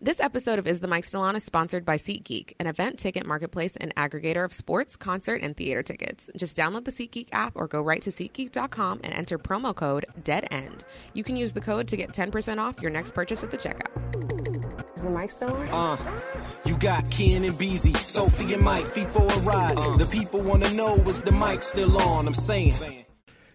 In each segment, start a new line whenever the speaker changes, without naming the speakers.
This episode of Is the Mic Still On is sponsored by SeatGeek, an event ticket marketplace and aggregator of sports, concert, and theater tickets. Just download the SeatGeek app or go right to SeatGeek.com and enter promo code DEADEND. You can use the code to get 10% off your next purchase at the checkout. Is the mic still on?
Uh, you got Ken and Beezy, Sophie and Mike, feet for a ride.
Uh-huh.
the people want to know is the mic still on? I'm saying.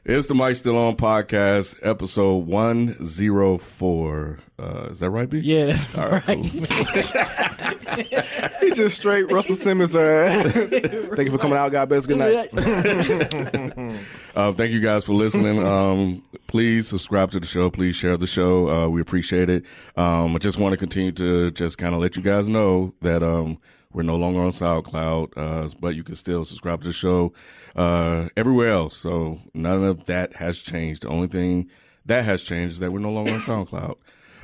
It's the Mike Still On podcast, episode 104. Uh, is that right, B?
Yeah, that's
All
right.
right, he just straight Russell Simmons ass. Thank you for coming out, God bless. Good night. uh, thank you guys for listening. Um, please subscribe to the show. Please share the show. Uh, we appreciate it. Um, I just want to continue to just kind of let you guys know that um, we're no longer on SoundCloud, uh, but you can still subscribe to the show uh, everywhere else. So none of that has changed. The only thing that has changed is that we're no longer on SoundCloud.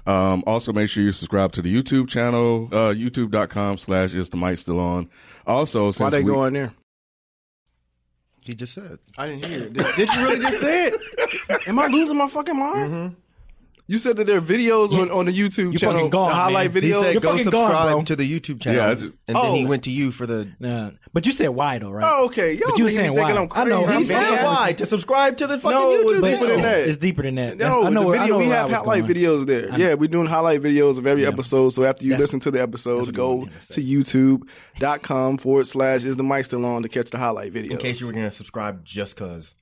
Um, also, make sure you subscribe to the YouTube channel, uh, youtube.com slash is the mic still on. Also, since
Why they
we,
go in there?
He just said.
I didn't hear it. Did, did you really just say it? Am I losing my fucking mind? Mm-hmm. You said that there are videos on, on the YouTube
You
channel,
fucking gone,
the highlight
man.
videos.
He said You're go fucking gone, subscribe bro. to
the YouTube
channel. Yeah, I just-
and then he went
to you for the.
Nah. But you said why though, right?
Oh, okay. Y'all
But you were
niggas
saying
thinking
why.
I'm
I know.
crazy.
I'm
He said
bad.
why?
to subscribe to the fucking
No, it's
YouTube
deeper
channel.
than
It's,
that.
it's deeper than that. That's-
No,
I know.
the
where- I
video,
know
we
where I
have
was
highlight
going.
videos there. Yeah, we're doing highlight videos of every episode. So after you listen to the episode, go to youtube.com forward slash is the mic still on to catch the highlight video.
In case you were gonna subscribe just cause.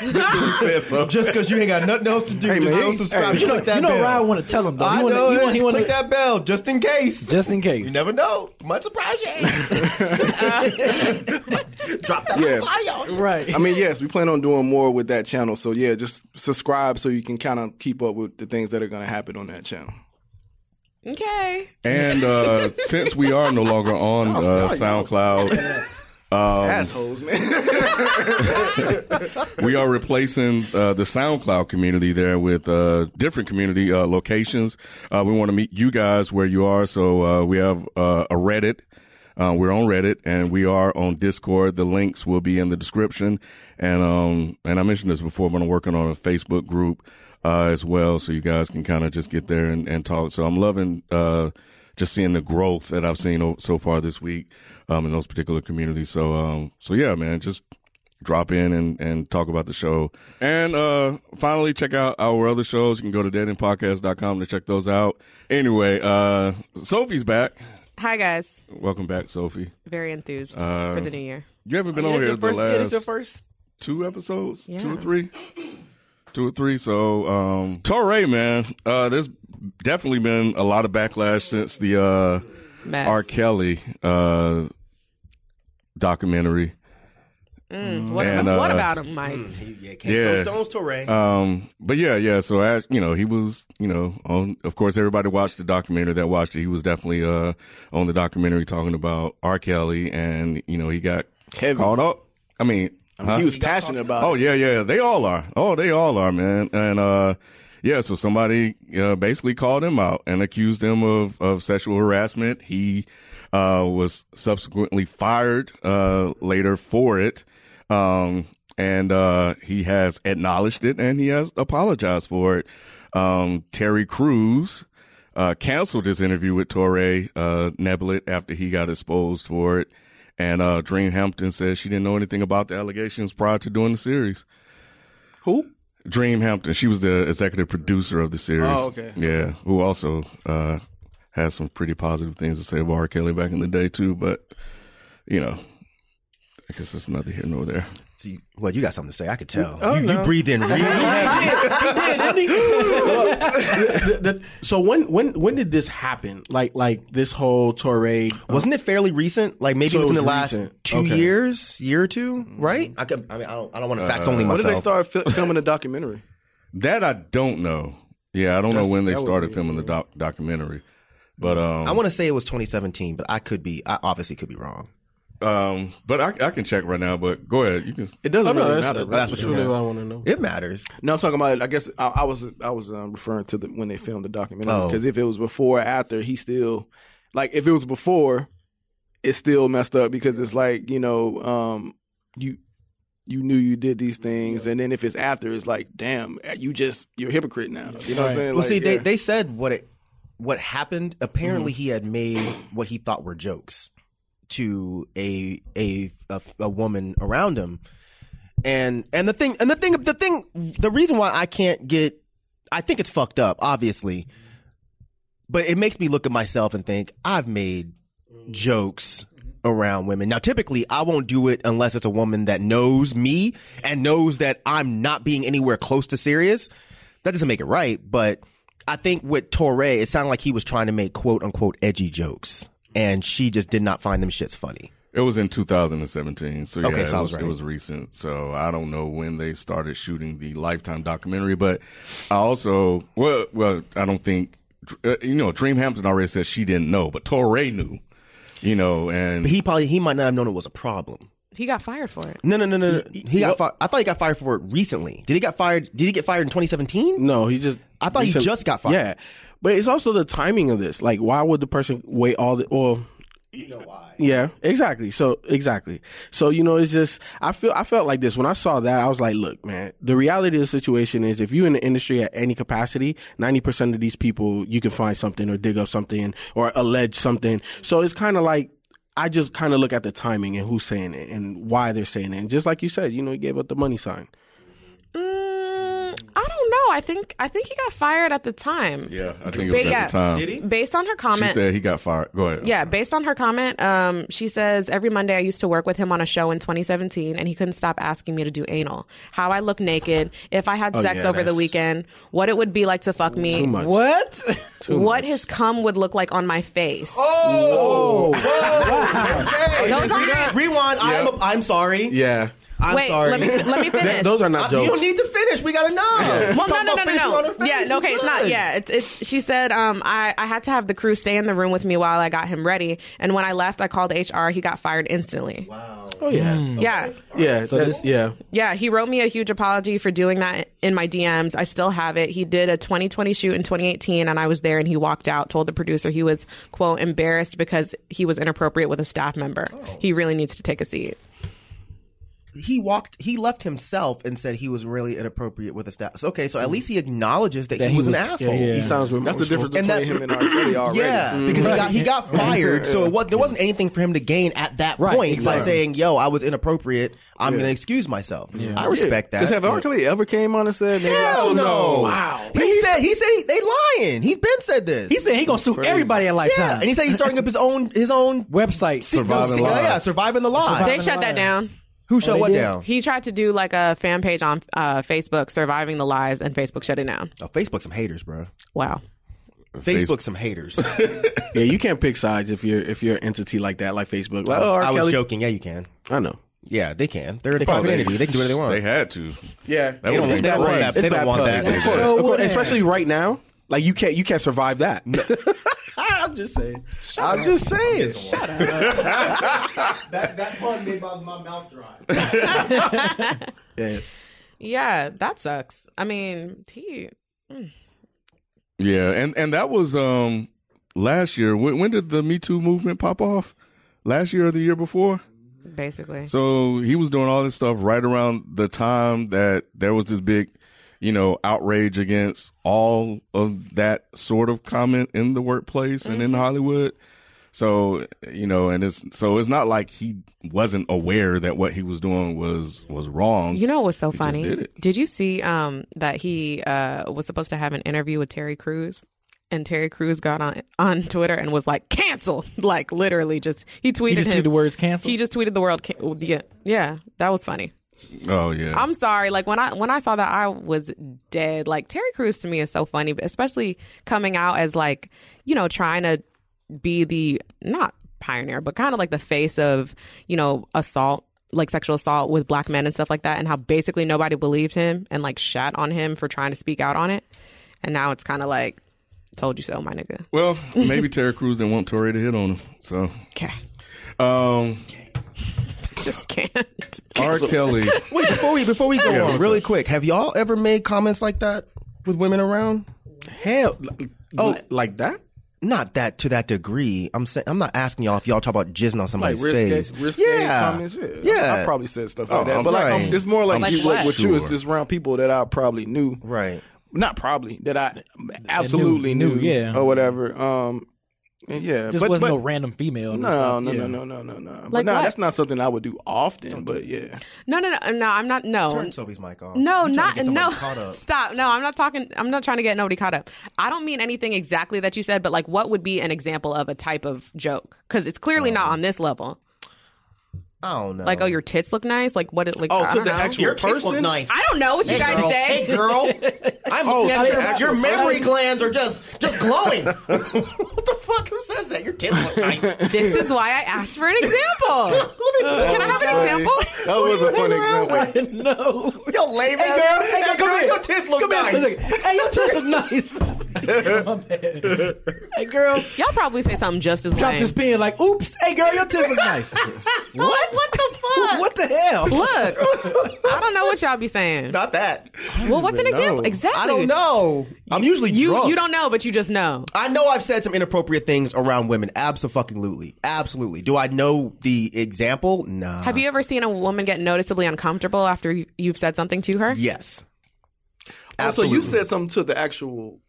said so.
Just cause you ain't got nothing else to do.
Hey,
just
man,
go
he-
subscribe.
hey,
and
You know,
click that
you know
bell.
Ryan want to tell him though.
I
He wanna,
know.
he wanna, he
click
wanna,
that bell just in case.
Just in case.
you never know. Might surprise you. Drop that
Yeah.
yeah. fire.
Right.
I mean, yes, we plan on doing more with that channel. So yeah, just subscribe so you can kind of keep up with the things that are going to happen on that channel.
Okay.
And uh, since we are no longer on uh, SoundCloud, um,
Assholes, man.
we are replacing uh, the SoundCloud community there with uh, different community uh, locations. Uh, we want to meet you guys where you are, so uh, we have uh, a Reddit. Uh, we're on Reddit and we are on Discord. The links will be in the description. And um, and I mentioned this before, but I'm working on a Facebook group uh, as well, so you guys can kind of just get there and, and talk. So I'm loving uh, just seeing the growth that I've seen o- so far this week um, in those particular communities. So um, so yeah, man, just drop in and, and talk about the show. And uh, finally, check out our other shows. You can go to datingpodcast.com to check those out. Anyway, uh, Sophie's back.
Hi, guys.
Welcome back, Sophie.
Very enthused
Uh,
for the new year.
You haven't been on here the last two episodes, two or
Yeah.
three, two or three. So, um, Torre, man, uh, there's definitely been a lot of backlash since the uh,
Mess.
R. Kelly uh, documentary.
Mm, what,
And,
about, what
uh,
about him, Mike?
Yeah,
Yeah.
yeah. Stones to Ray.
Uh,
Um, but yeah, yeah. So as you know, he was, you know, on. Of course, everybody watched the documentary that watched it. He was definitely uh on the documentary talking about R. Kelly, and you know, he got
Heavy.
caught up. I mean, huh?
He was passionate about
Oh
it.
yeah, yeah. They all are. Oh, they all are, man. And uh, yeah. So somebody uh, basically called him out and accused him of of sexual harassment. He uh, was subsequently fired uh, later for it. Um, and uh, he has acknowledged it and he has apologized for it. Um, Terry Crews uh, canceled his interview with Torre uh, Nebelet after he got exposed for it. And uh, Dream Hampton says she didn't know anything about the allegations prior to doing the series.
Who?
Dream Hampton, she was the executive producer of the series.
Oh, okay.
Yeah, who also uh, had some pretty positive things to say about R. Kelly back in the day too. But you know, I guess it's neither here nor there.
well, you got something to say. I could tell.
Oh,
you,
no.
you breathed in really
the, the, so when when when did this happen? Like like this whole Torre
wasn't it fairly recent? Like maybe within the last two years, year or two,
Mm-hmm.
right? I, could, I mean, I don't, I don't want to facts only myself.
When did they start fil- filming the documentary?
That I don't know. Yeah, I don't
That's-
know when they
that would
started
be-
filming the doc- documentary, but um,
I want to say it was 2017, but I could be. I obviously could be wrong.
Um, but I, I can check right now. But go ahead. You can.
It doesn't
Oh, no,
really
that's-
matter.
that's what you
really
want.
what I want to know.
It matters.
No, I'm talking about. I guess I, I was I was um, referring to the, when they filmed the documentary
Oh.
because if it was before or after, he still like if it was before, it's still messed up because it's like you know um, you you knew you did these things, and then if it's after, it's like damn, you just you're a hypocrite now. You know what I'm saying?
Well,
Like,
see, they,
yeah.
they said what it what happened. Apparently,
Mhm.
he had made what he thought were jokes to a a a, a woman around him, and and the thing and the thing the thing the reason why I can't get I think it's fucked up, obviously, but it makes me look at myself and think I've made jokes around women. Now, typically, I won't do it unless it's a woman that knows me and knows that I'm not being anywhere close to serious. That doesn't make it right, but I think with Torre, it sounded like he was trying to make quote unquote edgy jokes, and she just did not find them shits funny.
It was in 2017, so yeah,
Okay, so
it,
I
was,
was
it
right.
was recent. So I don't know when they started shooting the Lifetime documentary, but I also well, well, I don't think uh, you know. Dream Hampton already said she didn't know, but Torre knew, you know, and
But he probably he might not have known it was a problem.
He got fired for it.
No, no, no, no. no. He got fired. I thought he got fired for it recently. Did he get fired? Did he get fired in 2017?
No, he just.
I thought he
Recent-
just got fired.
Yeah, but it's also the timing of this. Like, why would the person wait all the? Well, yeah, exactly. So exactly. So you know, it's just I feel I felt like this when I saw that. I was like, look, man. The reality of the situation is, if you're in the industry at any capacity, ninety percent of these people you can find something or dig up something or allege something. So it's kind of like. I just kind of look at the timing and who's saying it and why they're saying it. And just like you said, you know, he gave up the money sign.
Mm, I don't know. I think I think he got fired at the time.
yeah, I think it was
But
at
yeah,
the time.
Based on her
She
comment,
said he got fired. Go ahead.
Yeah, based on her comment, um, she says every Monday I used to work with him on a show in 2017, and he couldn't stop asking me to do anal, how I look naked, if I had
Oh,
sex
yeah,
over the
that's-
weekend, what it would be like to fuck me,
Too much.
what,
Too
what his cum would look like on my face.
Oh,
Those aren't-
rewind. I'm I'm sorry.
Yeah.
I'm
Wait,
sorry.
let me- let me Th- finish.
those are not
I- You
jokes.
don't need to finish. We gotta know.
Well, no,
Talking
no, no,
about
no,
finishing on
no.
her face,
Yeah, no, okay, it's not.
good.
Yeah, it's, it's. She said, um, I, I had to have the crew stay in the room with me while I got him ready, and when I left, I called HR. He got fired instantly. Wow.
Oh yeah.
Mm.
Yeah.
Yeah. So that's, yeah.
Yeah, he wrote me a huge apology for doing that in my DMs. I still have it. He did a 2020 shoot in 2018, and I was there, and he walked out, told the producer he was, quote, embarrassed because he was inappropriate with a staff member. He really needs to take a seat.
He walked. He left himself and said he was really inappropriate with his staff. So, okay, so
Mm.
at least he acknowledges that,
That
he,
he
was,
was-
an
yeah,
asshole.
yeah. He sounds That's the difference remorseful. between him and R. Kelly already.
Yeah,
Mm.
because he got he
Right.
got fired. so it was, there wasn't anything for him to gain at that
Right,
point by
exactly.
saying, "Yo, I was inappropriate. I'm
Yeah.
going to excuse myself." I respect
Yeah.
that.
'Cause have R.
Yeah.
Kelly ever came on and said, "Man,
Hell
y'all-
no!
Wow.
He said he said he, they lying. He's been said this. He said he gonna sue
everybody at Lifetime.
and he said he's starting up his own his own
website.
Surviving "Oh, yeah, yeah, surviving the lie.
They shut that down.
Who shut Oh, they what did? down?
He tried to do like a fan page on uh, Facebook, surviving the lies, and Facebook shut it down.
Oh, Facebook some haters, bro.
Wow.
Facebook some haters.
yeah, you can't pick sides if you're if you're an entity like that, like Facebook. Like,
I was-
oh, R.
I was
Kelly.
joking. Yeah, you can.
I know.
Yeah, they can. They're a
They
private
probably-
entity. They can do whatever they want.
they
had to.
Yeah,
They don't want that. They don't want that.
Of course,
Yeah.
of course.
Yeah.
especially right now. Like you can't you can't survive that.
I'm just saying.
I'm just saying.
that that pun made my, my mouth dry.
Yeah.
Yeah, that sucks. I mean, he. mm.
Yeah, and and that was um last year. When, when did the Me Too movement pop off? Last year or the year before?
Basically.
So he was doing all this stuff right around the time that there was this big, you know, outrage against all of that sort of comment in the workplace and
Mm-hmm.
in Hollywood. So you know, and it's so it's not like he wasn't aware that what he was doing was was wrong.
You know what's so
He just
funny?
did it.
you see um, that he uh, was supposed to have an interview with Terry Crews? and Terry Crews got on on Twitter and was like canceled, like literally just he tweeted
just
him.
tweeted the words canceled?
He just tweeted the word can- yeah yeah that was funny.
Oh yeah.
I'm sorry. Like when I when I saw that, I was dead. Like Terry Crews to me is so funny, but especially coming out as like you know trying to be the not pioneer, but kind of like the face of you know assault, like sexual assault with black men and stuff like that, and how basically nobody believed him and like shat on him for trying to speak out on it, and now it's kind of like told you so, my nigga.
Well, maybe Terry Crews didn't want Tory to hit on him. So
okay.
Um,
just can't.
R. Kelly.
Wait, before we before we go
Yeah,
on,
what's
really quick, have y'all ever made comments like that with women around? Hell, oh, like that? Not that to that degree. I'm saying I'm not asking y'all if y'all talk about jizzing on
Like
somebody's face.
risque, risque
yeah,
comments. Yeah,
yeah.
I, I probably said stuff like
Oh,
that, but like
right.
I'm, it's more like,
Like
you, like
what?
with you, it's
Sure.
just around people that I probably knew,
right?
Not probably that I absolutely
knew,
knew,
yeah.
or whatever. Um, and yeah,
Just
but,
wasn't
but,
no random female. or
No,
something,
no,
yeah.
no, no, no, no, no. But
Like
nah,
what?
that's not something I would do often. But yeah,
No, no, no, no. I'm not. No.
Turn
Sophie's mic off.
No,
You trying to
not
get
no.
somebody caught up.
Stop. No, I'm not talking. I'm not trying to get nobody caught up. I don't mean anything exactly that you said, but like, what would be an example of a type of joke? Because it's clearly not on this level.
I don't know.
Like, oh, your tits look nice. Like, what? It, like,
Oh,
I
to
don't
the
know.
actual Your tits person? look nice.
I don't know what you
Hey,
guys
girl.
say.
Hey, girl.
I'm
Oh,
looking at
I-
your,
I-
your memory
I-
glands are just just glowing. what the fuck? Who says that? Your tits look nice.
This is why I asked for an example.
Oh,
Oh,
Can I have an example?
Oh.
That was a funny example.
No.
Yo, lame
Hey,
ass.
girl. Hey, girl, come
girl,
here.
your tits look
Come here
nice.
for a second. Hey, your tits look nice. Hey, girl.
Y'all probably say something just as
Drop
lame.
this pen like, oops. Hey, girl, your tits look nice.
What? What the fuck?
What the hell?
Look, I don't know what y'all be saying.
Not that.
Well, what's an
even
example?
know.
Exactly.
I don't know. I'm usually
You
drunk.
you don't know, but you just know.
I know I've said some inappropriate things around women. Absolutely, absolutely. Do I know the example? Nah.
Have you ever seen a woman get noticeably uncomfortable after you- you've said something to her?
Yes.
Also, Oh, you said something to the actual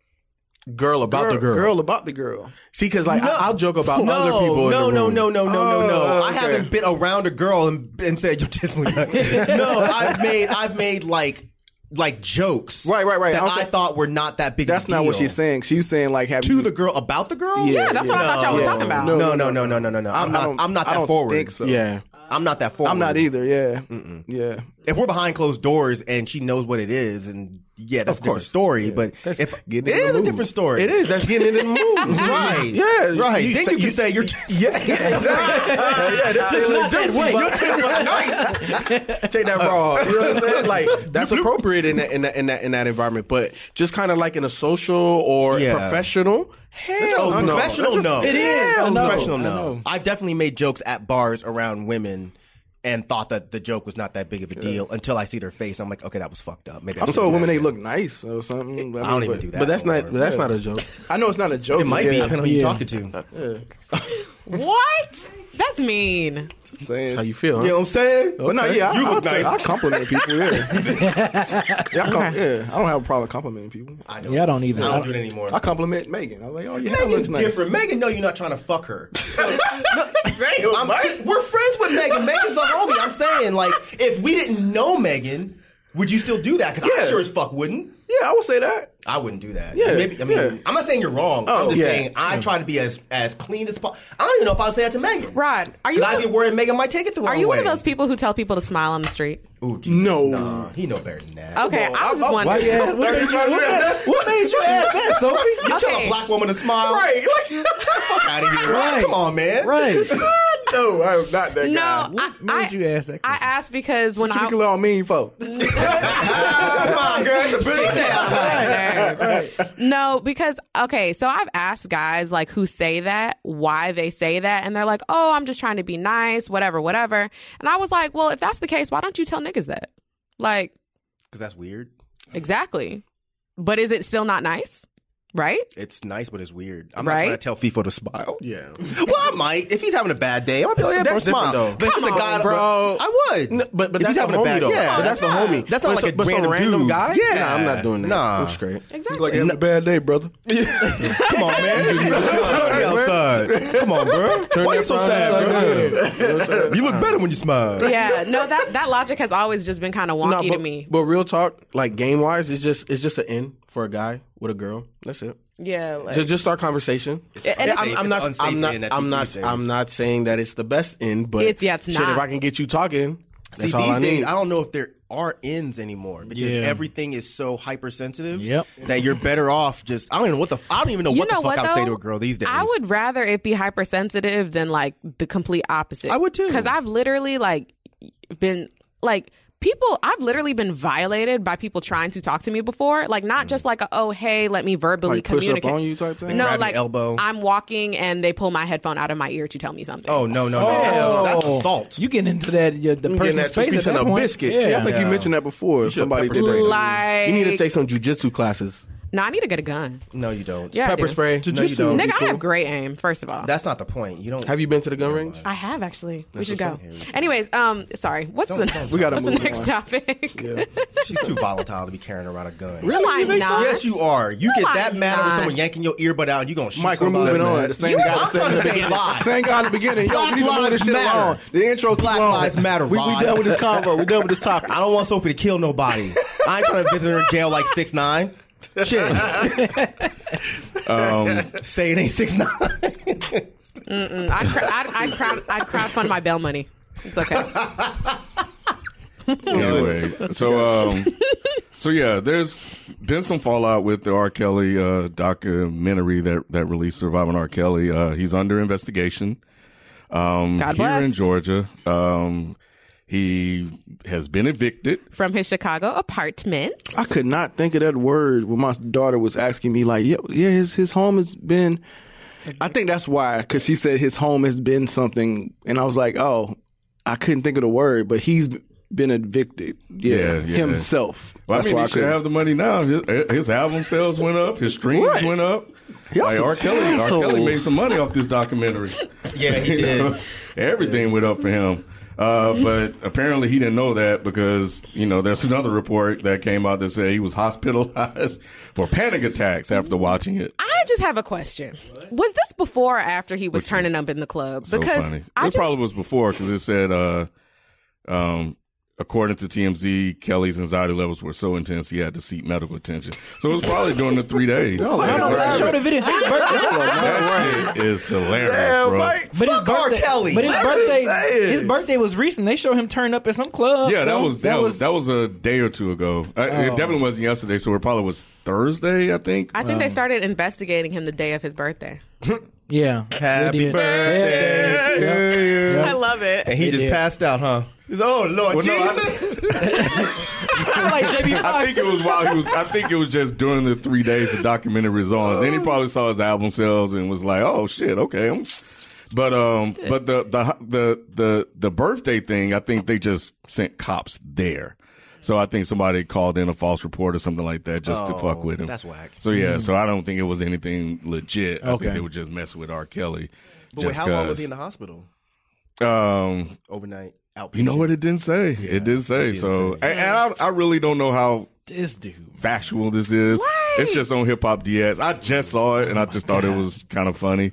girl about
girl,
the girl?
girl about the girl.
See, because like I, I'll joke about
no,
other people.
No,
in the
no,
room.
no, no, no, no, no.
Oh,
I
okay.
haven't been around a girl and, and said you're just like No, I've made I've made like like jokes. Right, right, right. That I, thought were not that big.
That's
a deal.
not what she's saying. She's saying like have
To
you-
the girl about the girl.
Yeah, Yeah, that's what I
No,
thought y'all were talking about.
No, no, no, no, no, no, no.
I-
I'm
I
not.
don't-
I'm not
I
that
don't
forward.
think so. Yeah.
I'm not that forward.
I'm not either. Yeah, yeah.
If we're behind closed doors and she knows what it is, and yeah, that's a different story. But if it
in the
is a
mood.
different story.
It is. That's getting it in the mood.
Right.
Yeah.
Right. then you can say you're yeah.
yeah, that's
Just
really
not that
juicy,
way.
but-
Your tits look
Take that
uh,
raw. You know what I'm saying? Like that's appropriate in that in that in that, in that environment, but just kind of like in a social or
Yeah.
professional. Hell no.
Professional,
That's
no.
just- Hell
Hell
no.
Professional,
I
no.
know.
I've definitely made jokes at bars around women and thought that the joke was not that big of a deal until I see their face. I'm like, okay, that was fucked up. Maybe I
I'm
shouldn't
told
do
women
that.
they look nice or something.
I don't even do that. But that's
no
not-
more.
but that's
Yeah.
not a joke.
I know it's not a joke.
It might be,
yeah.
depending on who you talking to.
Yeah.
What? That's mean.
Saying
how you feel.
You know what I'm saying?
But no, yeah,
You
I,
look
I'll
nice.
say- I compliment people. Yeah, yeah, I, com- yeah, I don't have a problem complimenting people.
I
don't. Yeah, I don't either.
I don't do it anymore.
I compliment Megan. I was like, oh, your hair
Megan's
looks nice.
different. Megan, no, you're not trying to fuck her. So, no, I'm- we're friends with Megan. Megan's the homie. I'm saying, like, if we didn't know Megan, would you still do that? Because I
Yeah.
sure as fuck wouldn't.
Yeah, I would say that.
I wouldn't do that.
Yeah,
Maybe, I mean,
yeah.
I'm not saying you're wrong. I'm
Oh,
just
yeah.
saying I try to be as as clean as possible. I don't even know if I would say that to Megan.
Rod, are you?
'Cause I'd be worried Megan might take it the wrong
Are you one
way.
of those people who tell people to smile on the street?
Ooh, Jesus, no, he know better than that.
Okay,
Come on.
I was just wondering.
Why you ask- what made you- what- what made you ask that, Sophie? You tell
Okay.
a black woman to smile,
Right,
Like, fuck out of here.
Right.
Come on, man.
Right. no, I'm not that
No,
guy.
I- What made I- you
ask that?
I asked because when
What you
I
think y'all mean for?
Smile, girl. It's a big day outside.
No, because okay, so I've asked guys like who say that, why they say that, and they're like, "Oh, I'm just trying to be nice, whatever, whatever." And I was like, "Well, if that's the case, why don't you tell niggas that?" Like,
Because that's weird.
exactly. But is it still not nice? Right?
It's nice, but it's weird. I'm
Right?
not trying to tell FIFO to smile. Yeah. well, I might. If he's having a bad day, I'm gonna be like, yeah, bro,
That's different,
smile.
though.
But if
Come
it's a
on,
guy,
bro.
I would.
No, but but
If
that's
he's
the
having a
homie
bad-
though.
yeah.
but that's the
Nah.
homie.
That's not
But
like
so-
a
but some
random
random
dude.
guy.
Yeah.
Nah, I'm not doing that.
Nah.
that's great.
He's like, having a bad day, brother.
Come on, man. It's outside. Come on, bro. Turn
Why
that
you so
frown
sad,
upside
bro?
down.
You know what I'm saying?
You look better when you smile.
yeah, no, that, that logic has always just been kind of
Nah,
wonky
but,
to me.
But real talk, like game wise, it's just it's just an in for a guy with a girl. That's it.
Yeah, like,
just just start conversation.
Yeah, and it's-
I'm, I'm not.
it's
I'm
unsafe
not.
in at
I'm
these
not.
days.
I'm not saying that it's the best end, but
It's- yeah, it's
shit,
not.
If I can get you talking, that's
See,
all
these
I
days,
need.
I don't know if there are ends anymore because
Yeah.
everything is so hypersensitive
Yep.
that you're better off just. I don't even know what the. I don't even know
You
what
know
the fuck
what,
I would say
though?
to a girl these days.
I would rather it be hypersensitive than like the complete opposite. I would too. Because I've literally like been like people I've literally been violated by people trying to talk to me before. Like not just like a oh hey, let me verbally
Like, push up
communicate.
on you type thing?
No,
Grab your
like
elbow.
I'm walking and they pull my headphone out of my ear to tell me something.
Oh no no no! That's, that's assault.
You getting into that your, the
You getting
person's
that
face
two-piece
at
and
that
a
point.
biscuit.
Yeah.
Yeah, I think you
Yeah.
mentioned that before.
You should
Somebody
pepper
did that.
spray.
You need to
Like-
take some jujitsu classes.
No, I need to get a gun.
No, you don't.
Yeah, I
Pepper
do.
spray.
No, you don't.
Nigga, I have great aim, first of all.
That's not the point. You don't.
Have you been to the gun range?
I have actually. we
That's
should
what's
go.
up. Here we go.
Anyways, um, sorry. What's
Don't-
the
don't We gotta
what's
move
the next
on.
topic?
She's too volatile to be carrying around a gun.
Really? No, You I'm think so? not.
Yes, you are. You
No,
get that
I'm
mad over
not.
someone yanking your earbud out, and you gonna shoot
Mike, we're
somebody.
moving on. The same guy
I'm
that said
trying
in
to
the
say
beginning.
live.
Same guy in the beginning. Yo,
Black
we need to move
lives
this shit
matter.
along. The intro too
Black
long.
lives matter.
We, we
Rod.
done with this convo. We done with this topic.
I don't want Sophie to kill nobody. I ain't trying to visit her in jail like six nine. Shit.
Um,
Say it ain't six nine.
Mm-mm. I'd, cra- I'd, I'd, crowd, I'd crowdfund my bail money. It's okay.
Um,
anyway, so um, so yeah, there's been some fallout with the R. Kelly uh, documentary that that released "Surviving R. Kelly." Uh, he's under investigation um,
God
here
bless.
in Georgia. Um, he has been evicted.
From his Chicago apartment.
I could not think of that word when my daughter was asking me, like, yeah, yeah his, his home has been. I think that's why, because she said his home has been something. And I was like, oh, I couldn't think of the word, but he's been evicted. Yeah, himself.
Well,
that's
I mean,
why
he
I
should
couldn't.
have the money now. His, his album sales went up. His streams went up. Like
some
R. Kelly, R. Kelly
assholes.
made some money off this documentary.
Yeah, he
You
did.
know, Everything went up for him. Uh, but apparently he didn't know that because, you know, there's another report that came out that said he was hospitalized for panic attacks after watching it.
I just have a question. Was this before or after he was turning up in the club?
So
because
funny.
I
it
just,
probably was before because it said, uh, um, according to TMZ, Kelly's anxiety levels were so intense he had to seek medical attention. So it was probably during the three days.
No, no, no, they showed the video. His birthday.
That shit is hilarious,
Damn,
bro.
Mike. But his birthday, But his birthday, his birthday was recent. They showed him turn up at some club.
Yeah, that
though.
was that, was that was a day or two ago. I,
Oh.
It definitely wasn't yesterday, so it probably was Thursday, I think.
I
Um,
think they started investigating him the day of his birthday.
yeah.
Happy
Yeah.
birthday to you.
I love it.
And he just
did.
passed out, huh? He's oh Lord
Well, no, I-
Jesus.
like JB
I think it was while he was. I think it was just during the three days the documentary was on. Then he probably saw his album sales and was like, "Oh shit, okay." I'm- But um, but the the the the the birthday thing, I think they just sent cops there. So I think somebody called in a false report or something like that just to
Oh,
fuck with him.
that's whack.
So yeah, so I don't think it was anything legit. I
Okay.
think they were just messing with R. Kelly.
But wait,
just
how long was
'cause.
he in the hospital?
Um,
Overnight. Outpatient.
you know what? It didn't say. it didn't say. so, and, and I, I really don't know how
This dude.
factual this is. It's just on Hip Hop DX. I just saw it and I just thought it was kind of funny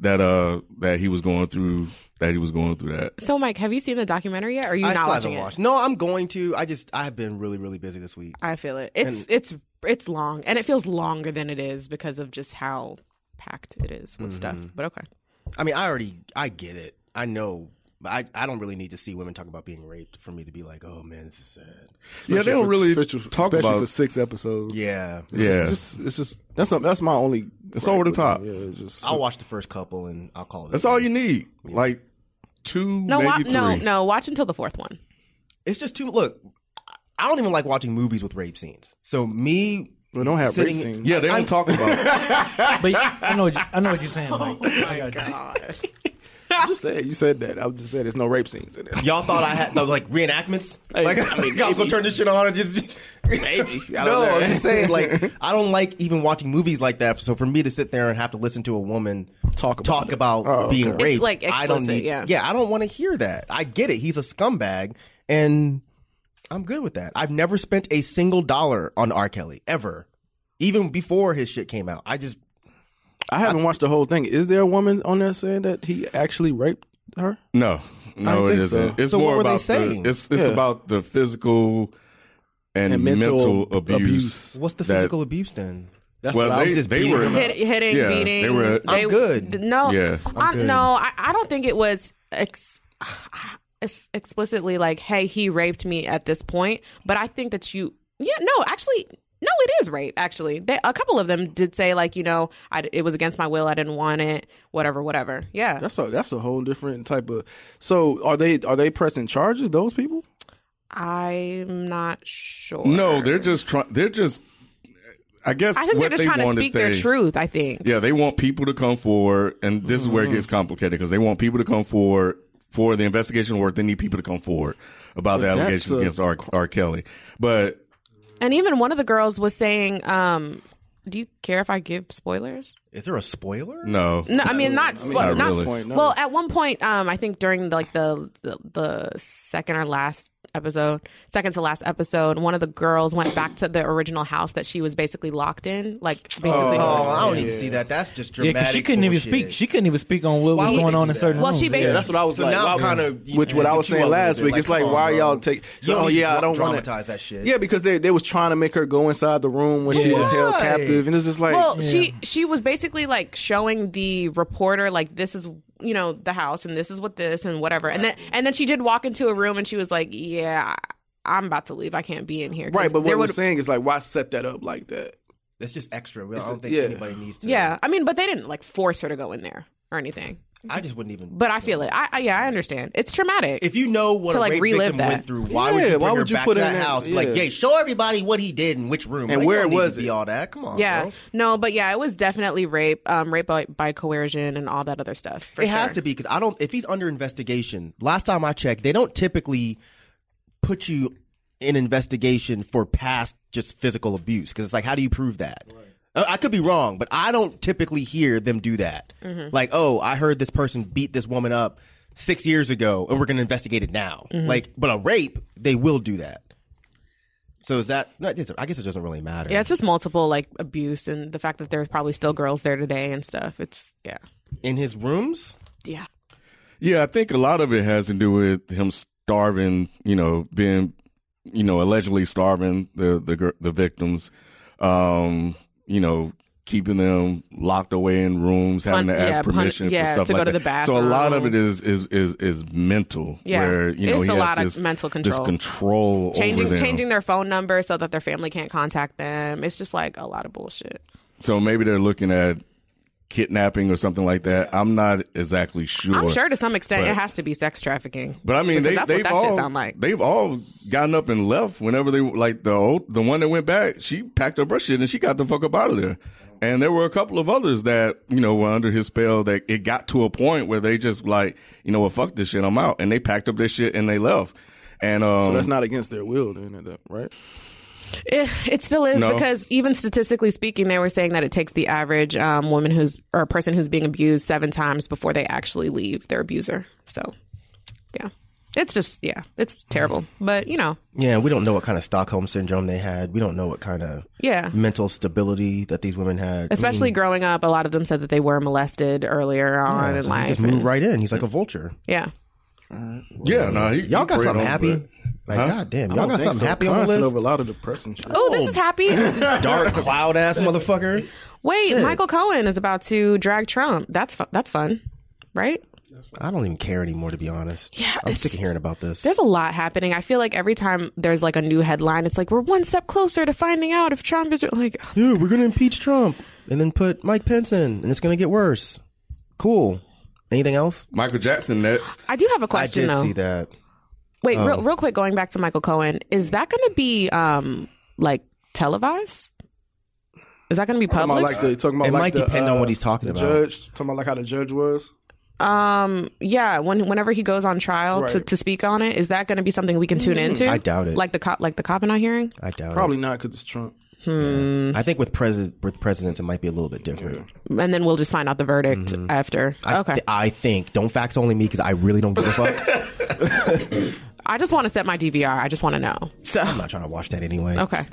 that uh that he was going through that he was going through that.
So, Mike, have you seen the documentary yet? Or are you
I
not
still
watching
haven't
it?
watched. No, I'm going to. I just I've been really really busy this week.
I feel it. It's
And-
it's it's long, and it feels longer than it is because of just how packed it is with stuff.
Mm-hmm.
But okay,
I mean, I already I get it. I know. But I, I don't really need to see women talk about being raped for me to be like, oh man, this is sad.
yeah, they don't
for-
really
especially-
talk
especially
about.
for six episodes.
Yeah.
It's
Yeah.
just, it's just that's not, that's my only.
It's
gripe
over the
with
top.
it. Yeah, it's just
I'll watch the first couple and I'll call it.
that's all you need. Like two,
no, wa-
maybe
no,
three.
no. Watch until the fourth one.
It's just too. Look, I don't even like watching movies with rape scenes. So me,
We don't have
Sitting-
rape scenes.
Yeah, they don't
I'm-
talk about. it.
But I know what you, I know what you're saying. Mike. I got you.
I'm just saying, you said that. I just said there's no rape scenes in it.
y'all thought I had no, like reenactments.
Hey,
like
I
I
mean,
mean, y'all gonna
maybe.
turn this shit on and just
Maybe. I don't
no,
know.
I'm just saying, like, I don't like even watching movies like that. So for me to sit there and have to listen to a woman
Talk about
talk
it.
about
Oh,
being
okay.
raped,
It's, like,
I don't
explicit,
need.
yeah.
yeah, I don't want to hear that. I get it. He's a scumbag, and I'm good with that. I've never spent a single dollar on R. Kelly ever, even before his shit came out. I just
I haven't watched the whole thing. Is there a woman on there saying that he actually raped her?
No,
I
no,
don't
it
think
isn't.
so.
It's
So what
more
were they
about
saying?
the it's it's
Yeah.
about the physical and,
And
mental,
mental
abuse.
abuse. What's the
that-
physical abuse then? That's
well,
what I
they,
was just
they
beating
were
him
Hit, hitting,
yeah,
beating.
They were.
they- th- No,
Yeah.
I, no, I, I don't think it was ex, ex- explicitly like, "Hey, he raped me." At this point, but I think that you, yeah, no, actually. No, it is rape. Actually, they, a couple of them did say like, you know, I, it was against my will. I didn't want it. Whatever, whatever. Yeah.
That's a that's a whole different type of. So are they are they pressing charges? Those people?
I'm not sure.
No, they're just trying. They're just. I guess
I think
what
they're just
they
trying to
want
speak
is
their
they-
truth. I think.
Yeah, they want people to come forward, and this is where it
Mm-hmm.
gets complicated because they want people to come forward for the investigation work. They need people to come forward about the
that's
allegations
a-
against R. R. Kelly. But
And even one of the girls was saying, um, "Do you care if I give spoilers?"
Is there a spoiler?
no,
No, I mean not.
I mean,
well,
not
not-
really. Point, no.
Well, at one point, um, I think during like the, the the second or last episode, second to last episode, one of the girls went back to the original house that she was basically locked in, like basically.
Oh, I don't need to see that. That's just
Yeah,
dramatic.
because she couldn't even speak. She couldn't even speak on what was
Why would
going
they
on
do
in certain
Well,
rooms.
she basically-
Yeah, that's what I was
So
like.
now I'm
why-
kinda-
which what
yeah,
I was
you a
saying last
little bit,
week. It's
like,
like
come
why
on,
y'all
bro.
take?
You don't
So, oh
need to
yeah, I
dra-
don't want
dramatize that shit.
Yeah, because they they was trying to make her go inside the room when she was held
Why?
captive, and it's just like
well, she she was basically like showing the reporter like this is you know the house and this is what this and whatever, and then and then she did walk into a room and she was like, yeah. I'm about to leave. I can't be in here. 'Cause
Right, but what
there
we're
would-
saying is like, why set that up like that?
That's just extra. I
It's a-
don't think
yeah.
anybody needs to.
Yeah, I mean, but they didn't like force her to go in there or anything.
I just wouldn't even.
But I feel it. I, I yeah, I understand. It's traumatic.
If you know what
to
a
like
rape
relive
victim
that.
went through, why would you
Yeah,
bring
why
her
would you
back
put
to
her
that
in that-
house?
yeah.
Like, yeah, show everybody what he did in which room
And
Like,
where
you don't
was
need
it?
to Be all that? Come on,
yeah,
bro.
no, but yeah, it was definitely rape, um, rape by, by coercion and all that other stuff. for
it has
sure.
to be because I don't. If he's under investigation, last time I checked, they don't typically put you in investigation for past just physical abuse because it's like, how do you prove that? Uh, I could be wrong, but I don't typically hear them do that.
Mhm.
Mm-hmm.
Like, oh, I heard this person beat this woman up six years ago, and we're going to investigate it now.
Mm-hmm.
Mhm.
Like, but a rape, they will do that. So is that? no, it doesn't- I guess it doesn't really matter.
Yeah, it's just multiple like abuse and the fact that there's probably still girls there today and stuff. It's yeah,
in his rooms.
yeah.
Yeah, I think a lot of it has to do with him starving. You know, being you know allegedly starving the the gir- the victims. Um, you know, keeping them locked away in rooms, having
Pun-
to ask
yeah, pun-
permission
yeah,
for stuff
to go
like
to the
that. So a lot of it
bathroom.
is is is is mental.
Yeah.
where, you know
It's
he
a
has
lot of
this-
mental
This
control.
control
Changing
over them.
changing their phone number so that their family can't contact them. It's just like a lot of bullshit.
So maybe they're looking at kidnapping or something like that. I'm not exactly sure.
I'm sure to some extent
but-
it has to be sex trafficking.
But I
Because
mean, they,
that's
they've
what that
all
shit sound like.
they've all gotten up and left whenever they like the old the one that went back. She packed up her shit and she got the fuck up out of there. And there were a couple of others that you know were under his spell that it got to a point where they just like you know well fuck this shit I'm out and they packed up their shit and they left. And um,
so
Mm.
that's not against their will, then, at that- right?
It, it still is
No.
because even statistically speaking, they were saying that it takes the average um, woman who's or a person who's being abused seven times before they actually leave their abuser. So, yeah, it's just yeah, it's terrible. But you know,
Yeah, we don't know what kind of Stockholm syndrome they had. We don't know what kind of
Yeah.
Mm.
mental stability that these women had.
especially
I mean,
growing up, a lot of them said that they were molested earlier
yeah,
on in
so he
life.
just moved
and-
right in. He's like a vulture.
yeah,
yeah, no, he,
Y'all
he
got
prayed
something
on
happy?
it.
Like, goddamn,
I
y'all
don't
got
think
something
so.
happy on the
Constant
list?
over a lot of depressing shit.
Oh, this is happy.
Dark cloud ass motherfucker.
Wait,
Shit.
Michael Cohen is about to drag Trump. That's fu- that's fun, right?
I don't even care anymore, to be honest.
Yeah,
I'm
it's-
sick of hearing about this.
There's a lot happening. I feel like every time there's like a new headline, it's like we're one step closer to finding out if Trump is like
Yeah, we're gonna impeach Trump and then put Mike Pence in, and it's gonna get worse. Cool. Anything else?
Michael Jackson next.
I do have a question
I did
though.
see that.
Wait,
Um,
real, real quick, going back to Michael Cohen, is that going to be um like televised? Is that going to be
Talking about
public?
like the- talking about
It
like
might
the,
depend on
uh,
what he's
the
talking about.
Judge talking about like how the judge was.
um, yeah. When whenever he goes on trial to,
Right.
to speak on it, is that going to be something we can tune
Mm.
into?
I doubt it.
Like the co- like the Kavanaugh hearing.
I doubt it.
Probably not because it's Trump.
Hmm.
I think with president with presidents, it might be a little bit different.
And then we'll just find out the verdict after.
Mm-hmm. I,
okay.
I think don't fax only me because I really don't give a fuck.
I just want to set my DVR. I just want to know. So
I'm not trying to watch that anyway.
Okay.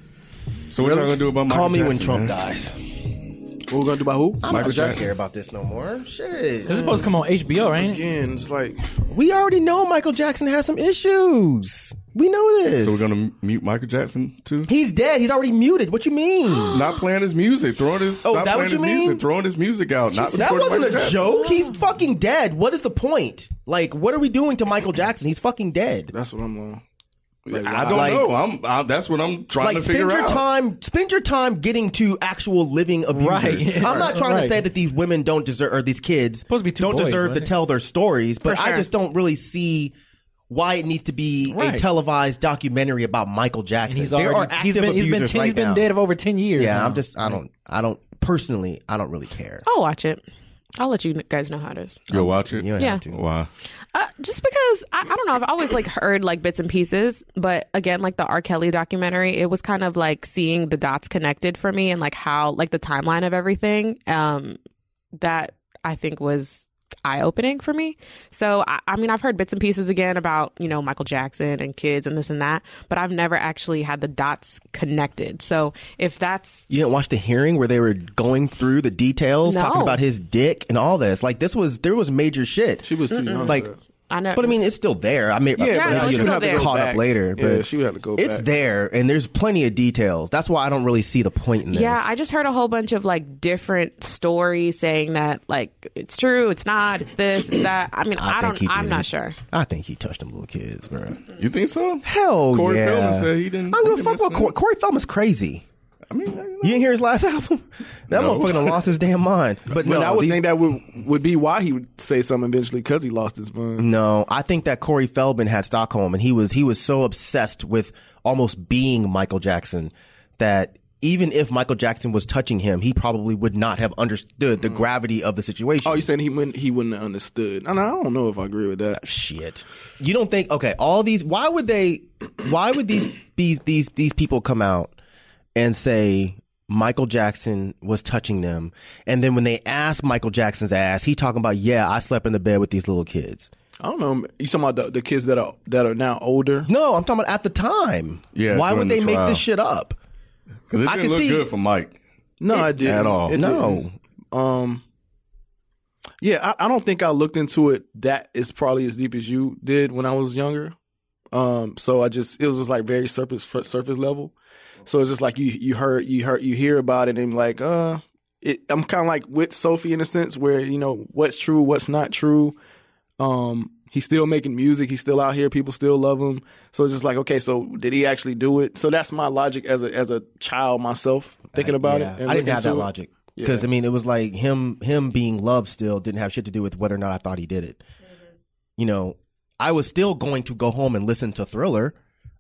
So what y'all gonna do about
Call
Michael
me when
Jackson, man?
Trump dies.
What we gonna do about who?
I don't judge care about this no more. Shit.
This is supposed to come on HBO, right?
Again, it's like
We already know Michael Jackson has some issues. We know this.
So we're gonna m- mute Michael Jackson too.
He's dead. He's already muted. What you mean?
not playing his music, throwing his
Oh,
not
that
playing
what you
his music,
mean?
throwing his music out. Not
that
recording
wasn't
Michael
a
Jackson.
joke. He's fucking dead. What is the point? Like, what are we doing to Michael Jackson? He's fucking dead.
That's what I'm on.
uh, I don't
Like-
know. I'm. I, that's what I'm trying
like
to
spend
figure
your
out.
time spend your time getting to actual living abusers.
Right.
I'm not trying to
Right.
say that these women don't deserve or these kids
two
don't
boys,
deserve to
wasn't it?
tell their stories, but
For
I
sure.
just don't really see why it needs to be a
Right.
televised documentary about Michael
And
Jackson.
he's
there are
already
active
he's been he's
abusers
been, 10
right
he's been
now.
dead of over ten years.
Yeah,
now.
I'm just I don't I don't personally I don't really care.
I'll watch it. I'll let you guys know how it is.
You'll watch it.
Yeah. have
Why?
Uh, just because I, I don't know, I've always like heard like bits and pieces, but again, like the R. Kelly documentary, it was kind of like seeing the dots connected for me and like how like the timeline of everything. Um, that I think was eye opening for me. So I, I mean, I've heard bits and pieces again about you know Michael Jackson and kids and this and that, but I've never actually had the dots connected. So if that's
You didn't watch the hearing where they were going through the details,
No.
talking about his dick and all this. Like this was there was major shit. She
was
too young
like.
I know,
But I mean, it's still there. I mean,
Yeah, Yeah, but it
you
was
know,
still there.
caught
Back.
up later. But
Yeah, she would have to go
It's
back.
there, and there's plenty of details. That's why I don't really see the point in this.
Yeah, I just heard a whole bunch of like different stories saying that like it's true, it's not, it's this, it's that. I mean, I,
think
don't,
he
I'm
did it.
not sure.
I think he touched them little kids, bro.
You think so?
Hell
Corey
yeah.
Feldman said he didn't.
I don't give a
he
fuck
didn't
what Corey, Corey Feldman's crazy. I mean, you didn't hear his last album. That
No.
motherfucker done lost his damn mind. But
But
no,
I would
these-
think that would would be why he would say something eventually because he lost his mind.
No, I think that Corey Feldman had Stockholm, and he was he was so obsessed with almost being Michael Jackson that even if Michael Jackson was touching him, he probably would not have understood the
Mm.
gravity of the situation.
Oh, you saying he wouldn't he wouldn't have understood? And I don't know if I agree with that.
Shit, you don't think? Okay, all these. Why would they? Why would these these these these people come out and say? Michael Jackson was touching them, and then when they asked Michael Jackson's ass, he talking about, "Yeah, I slept in the bed with these little kids."
I don't know. You talking about the, the kids that are that are now older?
No, I'm talking about at the time.
Yeah,
Why would
during the
they make
trial.
this shit up?
Because it
I
didn't
can
look
see-
good for Mike.
No, I didn't
at all.
It
No.
didn't. Um. Yeah, I, I don't think I looked into it that is probably as deep as you did when I was younger. Um. So I just it was just like very surface fr- surface level. So it's just like you you heard you heard you hear about it and like uh. It, I'm kind of like with Sophie in a sense where you know what's true, what's not true. Um, he's still making music. He's still out here. People still love him. So it's just like, okay, so did he actually do it? So that's my logic as a as a child myself thinking about
Uh, Yeah.
it. and
I didn't
looking
have that
to it.
logic because I mean, it was like him him being loved still didn't have shit to do with whether or not I thought he did it. You know, I was still going to go home and listen to Thriller.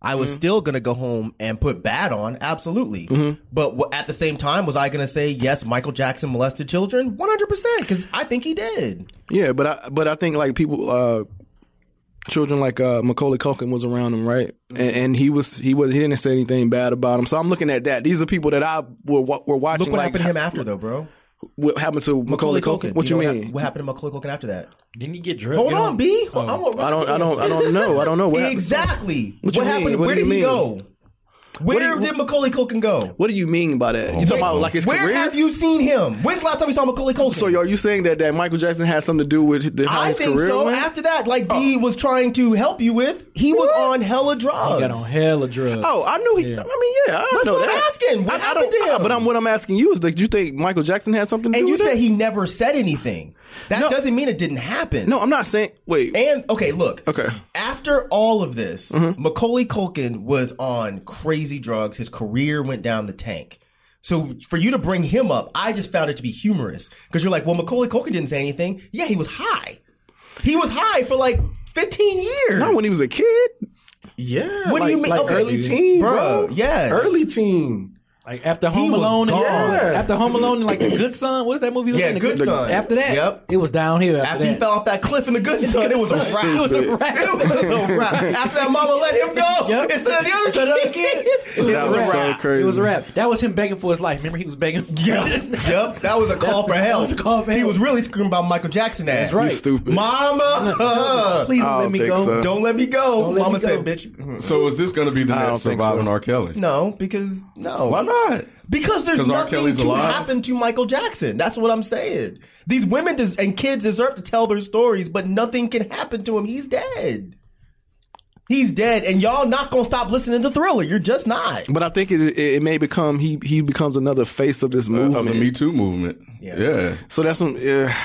I
Mm-hmm.
was still going to go home and put Bad on, absolutely.
Mm-hmm.
But w- at the same time, was I going to say yes? Michael Jackson molested children, one hundred percent, because I think he did.
Yeah, but I but I think like people, uh, children like uh, Macaulay Culkin was around him, right?
Mm-hmm.
And, and he was he was he didn't say anything bad about him. So I'm looking at that. These are people that I were wa- were watching.
Look what
like,
happened to him after, though, bro.
What happened to Macaulay, Culkin? What you,
know
mean?
hap- What happened to Macaulay Culkin after that?
Didn't he get drilled?
Hold on, B.
Oh.
Hold-
I don't Oh, I don't I don't know. I don't know what happened.
exactly.
What
What,
you mean?
happened?
What
Where
do
did
you
he
mean?
go? Where
do you-
did Macaulay Culkin go?
What do you mean by that? You talking about like his
Where
career?
have you seen him? When's the last time you saw Macaulay Culkin?
So are you saying that, that Michael Jackson had something to do with the, how
I
his
think
career Oh.
so.
went?
After that, like B was trying to help you with, he was on hella drugs.
He got on hella drugs.
Oh, I knew he.
Yeah.
I mean, yeah, I
That's
know
what
that.
I'm asking. What
I, I
happened
don't.
to him?
but I'm what I'm asking you is that you think Michael Jackson had something to
and
do
you
with
said
it?
he never said anything. That
No.
doesn't mean it didn't happen.
No, I'm not saying. Wait.
And okay, look.
okay.
After all of this,
Mm-hmm.
Macaulay Culkin was on crazy drugs. His career went down the tank. So for you to bring him up, I just found it to be humorous because you're like, well, Macaulay Culkin didn't say anything. Yeah, he was high. He was high for like 15 years.
Not when he was a kid.
Yeah.
What do
like-
you mean?
Like
Okay,
early
dude.
teen,
Bro,
bro.
yes.
Early teen.
Like after Home
was
Alone, and,
gone.
yeah, after Home Alone, and like the Good Son. What's that movie? was
Yeah,
in? The
Good Son.
After that,
Yep.
it was downhill. After,
After he
that.
fell off that cliff in the good son, it was a wrap.
It was a wrap.
It was a wrap. After that, mama let him go
Yep.
instead of the
Instead of the
other
other
kid.
kid.
It
That was
a
so
wrap.
crazy.
It was a wrap. That was him begging for his life. Remember, he was begging.
Yep, yep. That was a call for
That
help.
was a call for
He
help.
was really screaming about Michael Jackson ass.
That's right. You
stupid.
Mama, uh,
Please
I
don't let
don't
me
think
go.
so.
don't let me go.
let
Mama
me
said,
go.
bitch.
So is this going to be the
I
next
don't think
surviving
so.
R. Kelly?
No, because no.
Why
not?
Because there's
'Cause R.
nothing
Kelly's
to
alive?
happen to Michael Jackson. That's what I'm saying. These women des- and kids deserve to tell their stories, but nothing can happen to him. He's dead. He's dead, and y'all not gonna stop listening to Thriller. You're just not.
But I think it, it it may become he he becomes another face of this movement
of the Me Too movement. Yeah.
So that's some. Yeah.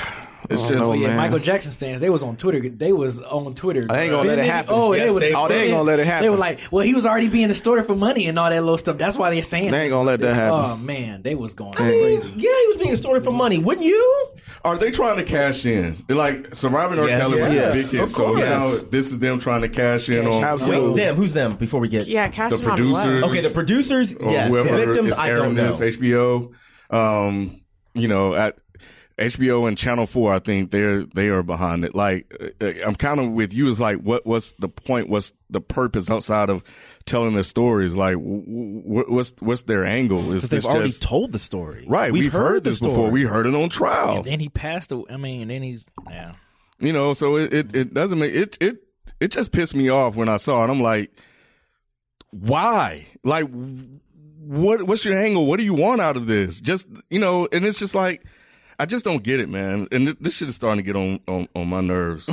It's
Oh,
I don't
just-
know,
So, yeah,
man.
Michael Jackson stands. They was on Twitter. They was on Twitter.
I ain't gonna let it
They-
happen.
Oh,
Yes,
they, was,
they- Oh, they ain't gonna let it happen.
They were like, well, he was already being extorted for money and all that little stuff. That's why they're saying
They ain't
this.
gonna let that happen.
Oh man, they was going
I mean,
crazy.
Yeah, he was being extorted for money. Wouldn't you?
Are they trying to cash in? They're Like surviving R.
Yes.
Kelly was
Yes.
a big hit,
Of
so
course.
now this is them trying to cash in on
Wait, them. Who's them? Before we get
Yeah, cash The in on what? producers.
Okay, the producers.
or
Yes, the
whoever
victims.
is
I don't
airing
know.
this HBO. Um, you know, at HBO and Channel Four, I think they're they are behind it. Like, uh, uh, I'm kind of with you. Is like, what what's the point? What's the purpose outside of telling the stories? Like, w- w- what's what's their angle? Is
Because they've
this
already
just-
told the story.
Right, we've, heard,
the
this
story.
before. We heard it on trial.
And then he passed. away. I mean, and then he's yeah.
You know, so it, it, it doesn't make it it it just pissed me off when I saw it. I'm like, why? Like, what what's your angle? What do you want out of this? Just you know, and it's just like. I just don't get it, man. And th- this shit is starting to get on, on, on my nerves.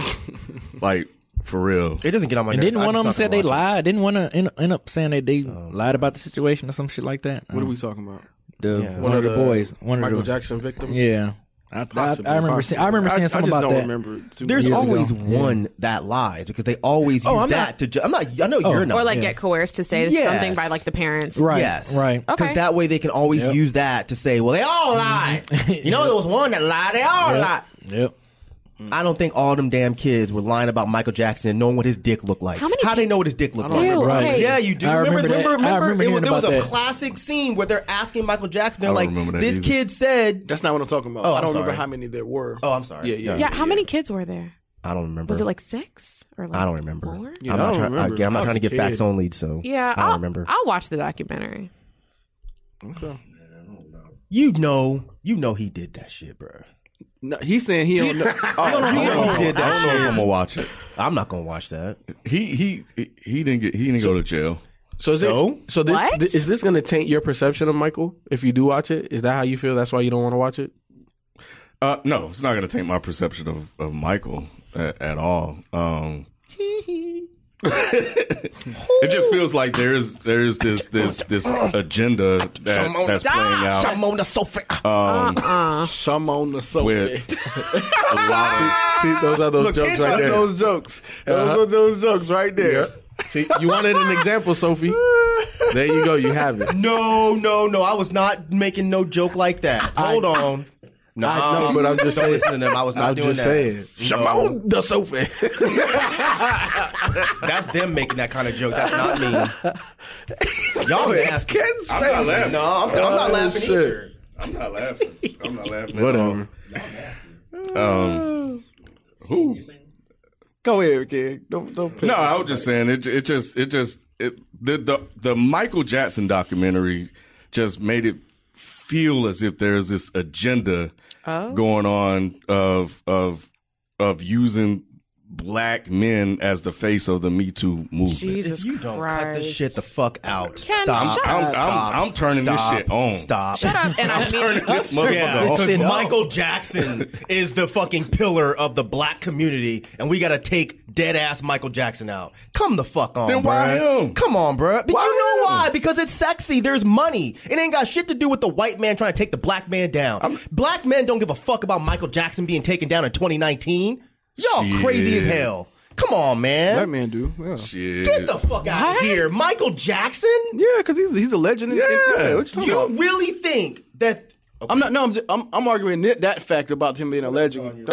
like, for real.
It doesn't get on my
And didn't one of them said they lied? Didn't one of end, end up saying that
Oh,
they lied about the situation or some shit like that?
What are
Um,
we talking about?
The
Yeah.
one of the
Uh,
boys, one
Michael
of the,
Jackson victims?
Yeah, I, I, I
Possibly,
remember.
possibly.
Seeing, I remember
I-
seeing
I
something
just
about
don't
that.
remember too
There's
years
always
ago.
one that lies because they always use
Oh, I'm
that
not- Oh,
to. Ju- I'm not. I know you're not.
or like get coerced to say
Yes.
something by like the parents.
Yes. Because
Okay.
that way they can always use that to say, well, they all lied. You know, there was one that lied. They all
Yep.
lied.
Yep.
I don't think all them damn kids were lying about Michael Jackson and knowing what his dick looked like. How many? How they know what his dick looked
I don't
like?
remember Right. that.
Yeah, you do.
I
remember,
remember that.
remember,
I
remember,
remember
it was,
hearing
there was a
about that.
classic scene where they're asking Michael Jackson.
I
They're
don't
like,
remember that
"This
either.
kid said."
That's not what I'm talking about.
Oh,
I
I'm
don't remember
sorry.
how many there were.
Oh, I'm sorry.
Yeah, yeah.
Yeah.
yeah, how many kids were there?
I don't remember.
Was it like six or like?
I don't remember.
Four?
Yeah,
I'm
I
not
don't
trying.
remember.
Again, I'm
I
not
was
trying to
a
get
kid.
facts only, so
Yeah,
I don't
I'll-
remember.
I'll watch the documentary.
Okay.
You know, you know he did that shit, bro.
No, he's saying he don't know. Oh,
you know
I don't know if
he did that shit.
I'm gonna watch it.
I'm not gonna watch that.
He he he, he didn't get he didn't go to jail.
So is
So?
it? So this
What?
th- is this going to taint your perception of Michael if you do watch it? Is that how you feel? That's why you don't want to watch it.
Uh, no, it's not going to taint my perception of, of Michael at, at all. Um, it just feels like there is there is this this this agenda that, that's playing out.
Some on the sofa.
Um,
Uh-uh.
Some on the sofa.
with a lot
See, those are those
Look,
jokes
Kid
right
tried
there.
those
jokes. Those are those jokes right there.
Uh-huh. See, you wanted an example, Sophie. There you go. You have it.
No, no, no. I was not making no joke like that. Hold on. No,
I know, but I'm just
don't
saying.
listen to them. I was not
I'm
doing
just
that.
saying.
No.
the sofa.
That's them making that kind of joke. That's not me. Y'all nasty.
of. I'm not laughing.
No, I'm, I'm not
Oh,
laughing
shit.
either.
I'm not laughing. I'm not laughing. at
Whatever.
all. Um, who?
Go ahead, kid. Don't don't. piss
No,
me
I
off.
was just saying it. It just, it just, it, the the the Michael Jackson documentary just made it feel as if there's this agenda going on of of of using black men as the face of the Me Too movement.
Jesus
You don't cut this
Christ.
shit the fuck out.
Ken,
stop.
shut
I'm,
up.
Stop.
I'm, I'm turning
Stop.
this shit on.
Stop.
Shut up, and I
I'm turning
mean,
this motherfucker
Yeah,
off.
because Michael Jackson is the fucking pillar of the black community, and we gotta take dead ass Michael Jackson out. Come the fuck on,
Then why
bruh.
him?
Come on, bruh. But
Why
you know
him?
why? Because it's sexy. There's money. It ain't got shit to do with the white man trying to take the black man down. black men don't give a fuck about Michael Jackson being taken down in 2019. Y'all crazy as
Shit.
hell. Come on, man.
That man do. Yeah.
Shit.
Get the fuck out of here, Michael Jackson.
Yeah, because he's he's a legend. in- in-
Yeah.
what you talking
You
about?
really think that?
I'm not. No, I'm, just, I'm I'm arguing that, that fact about him being a legend.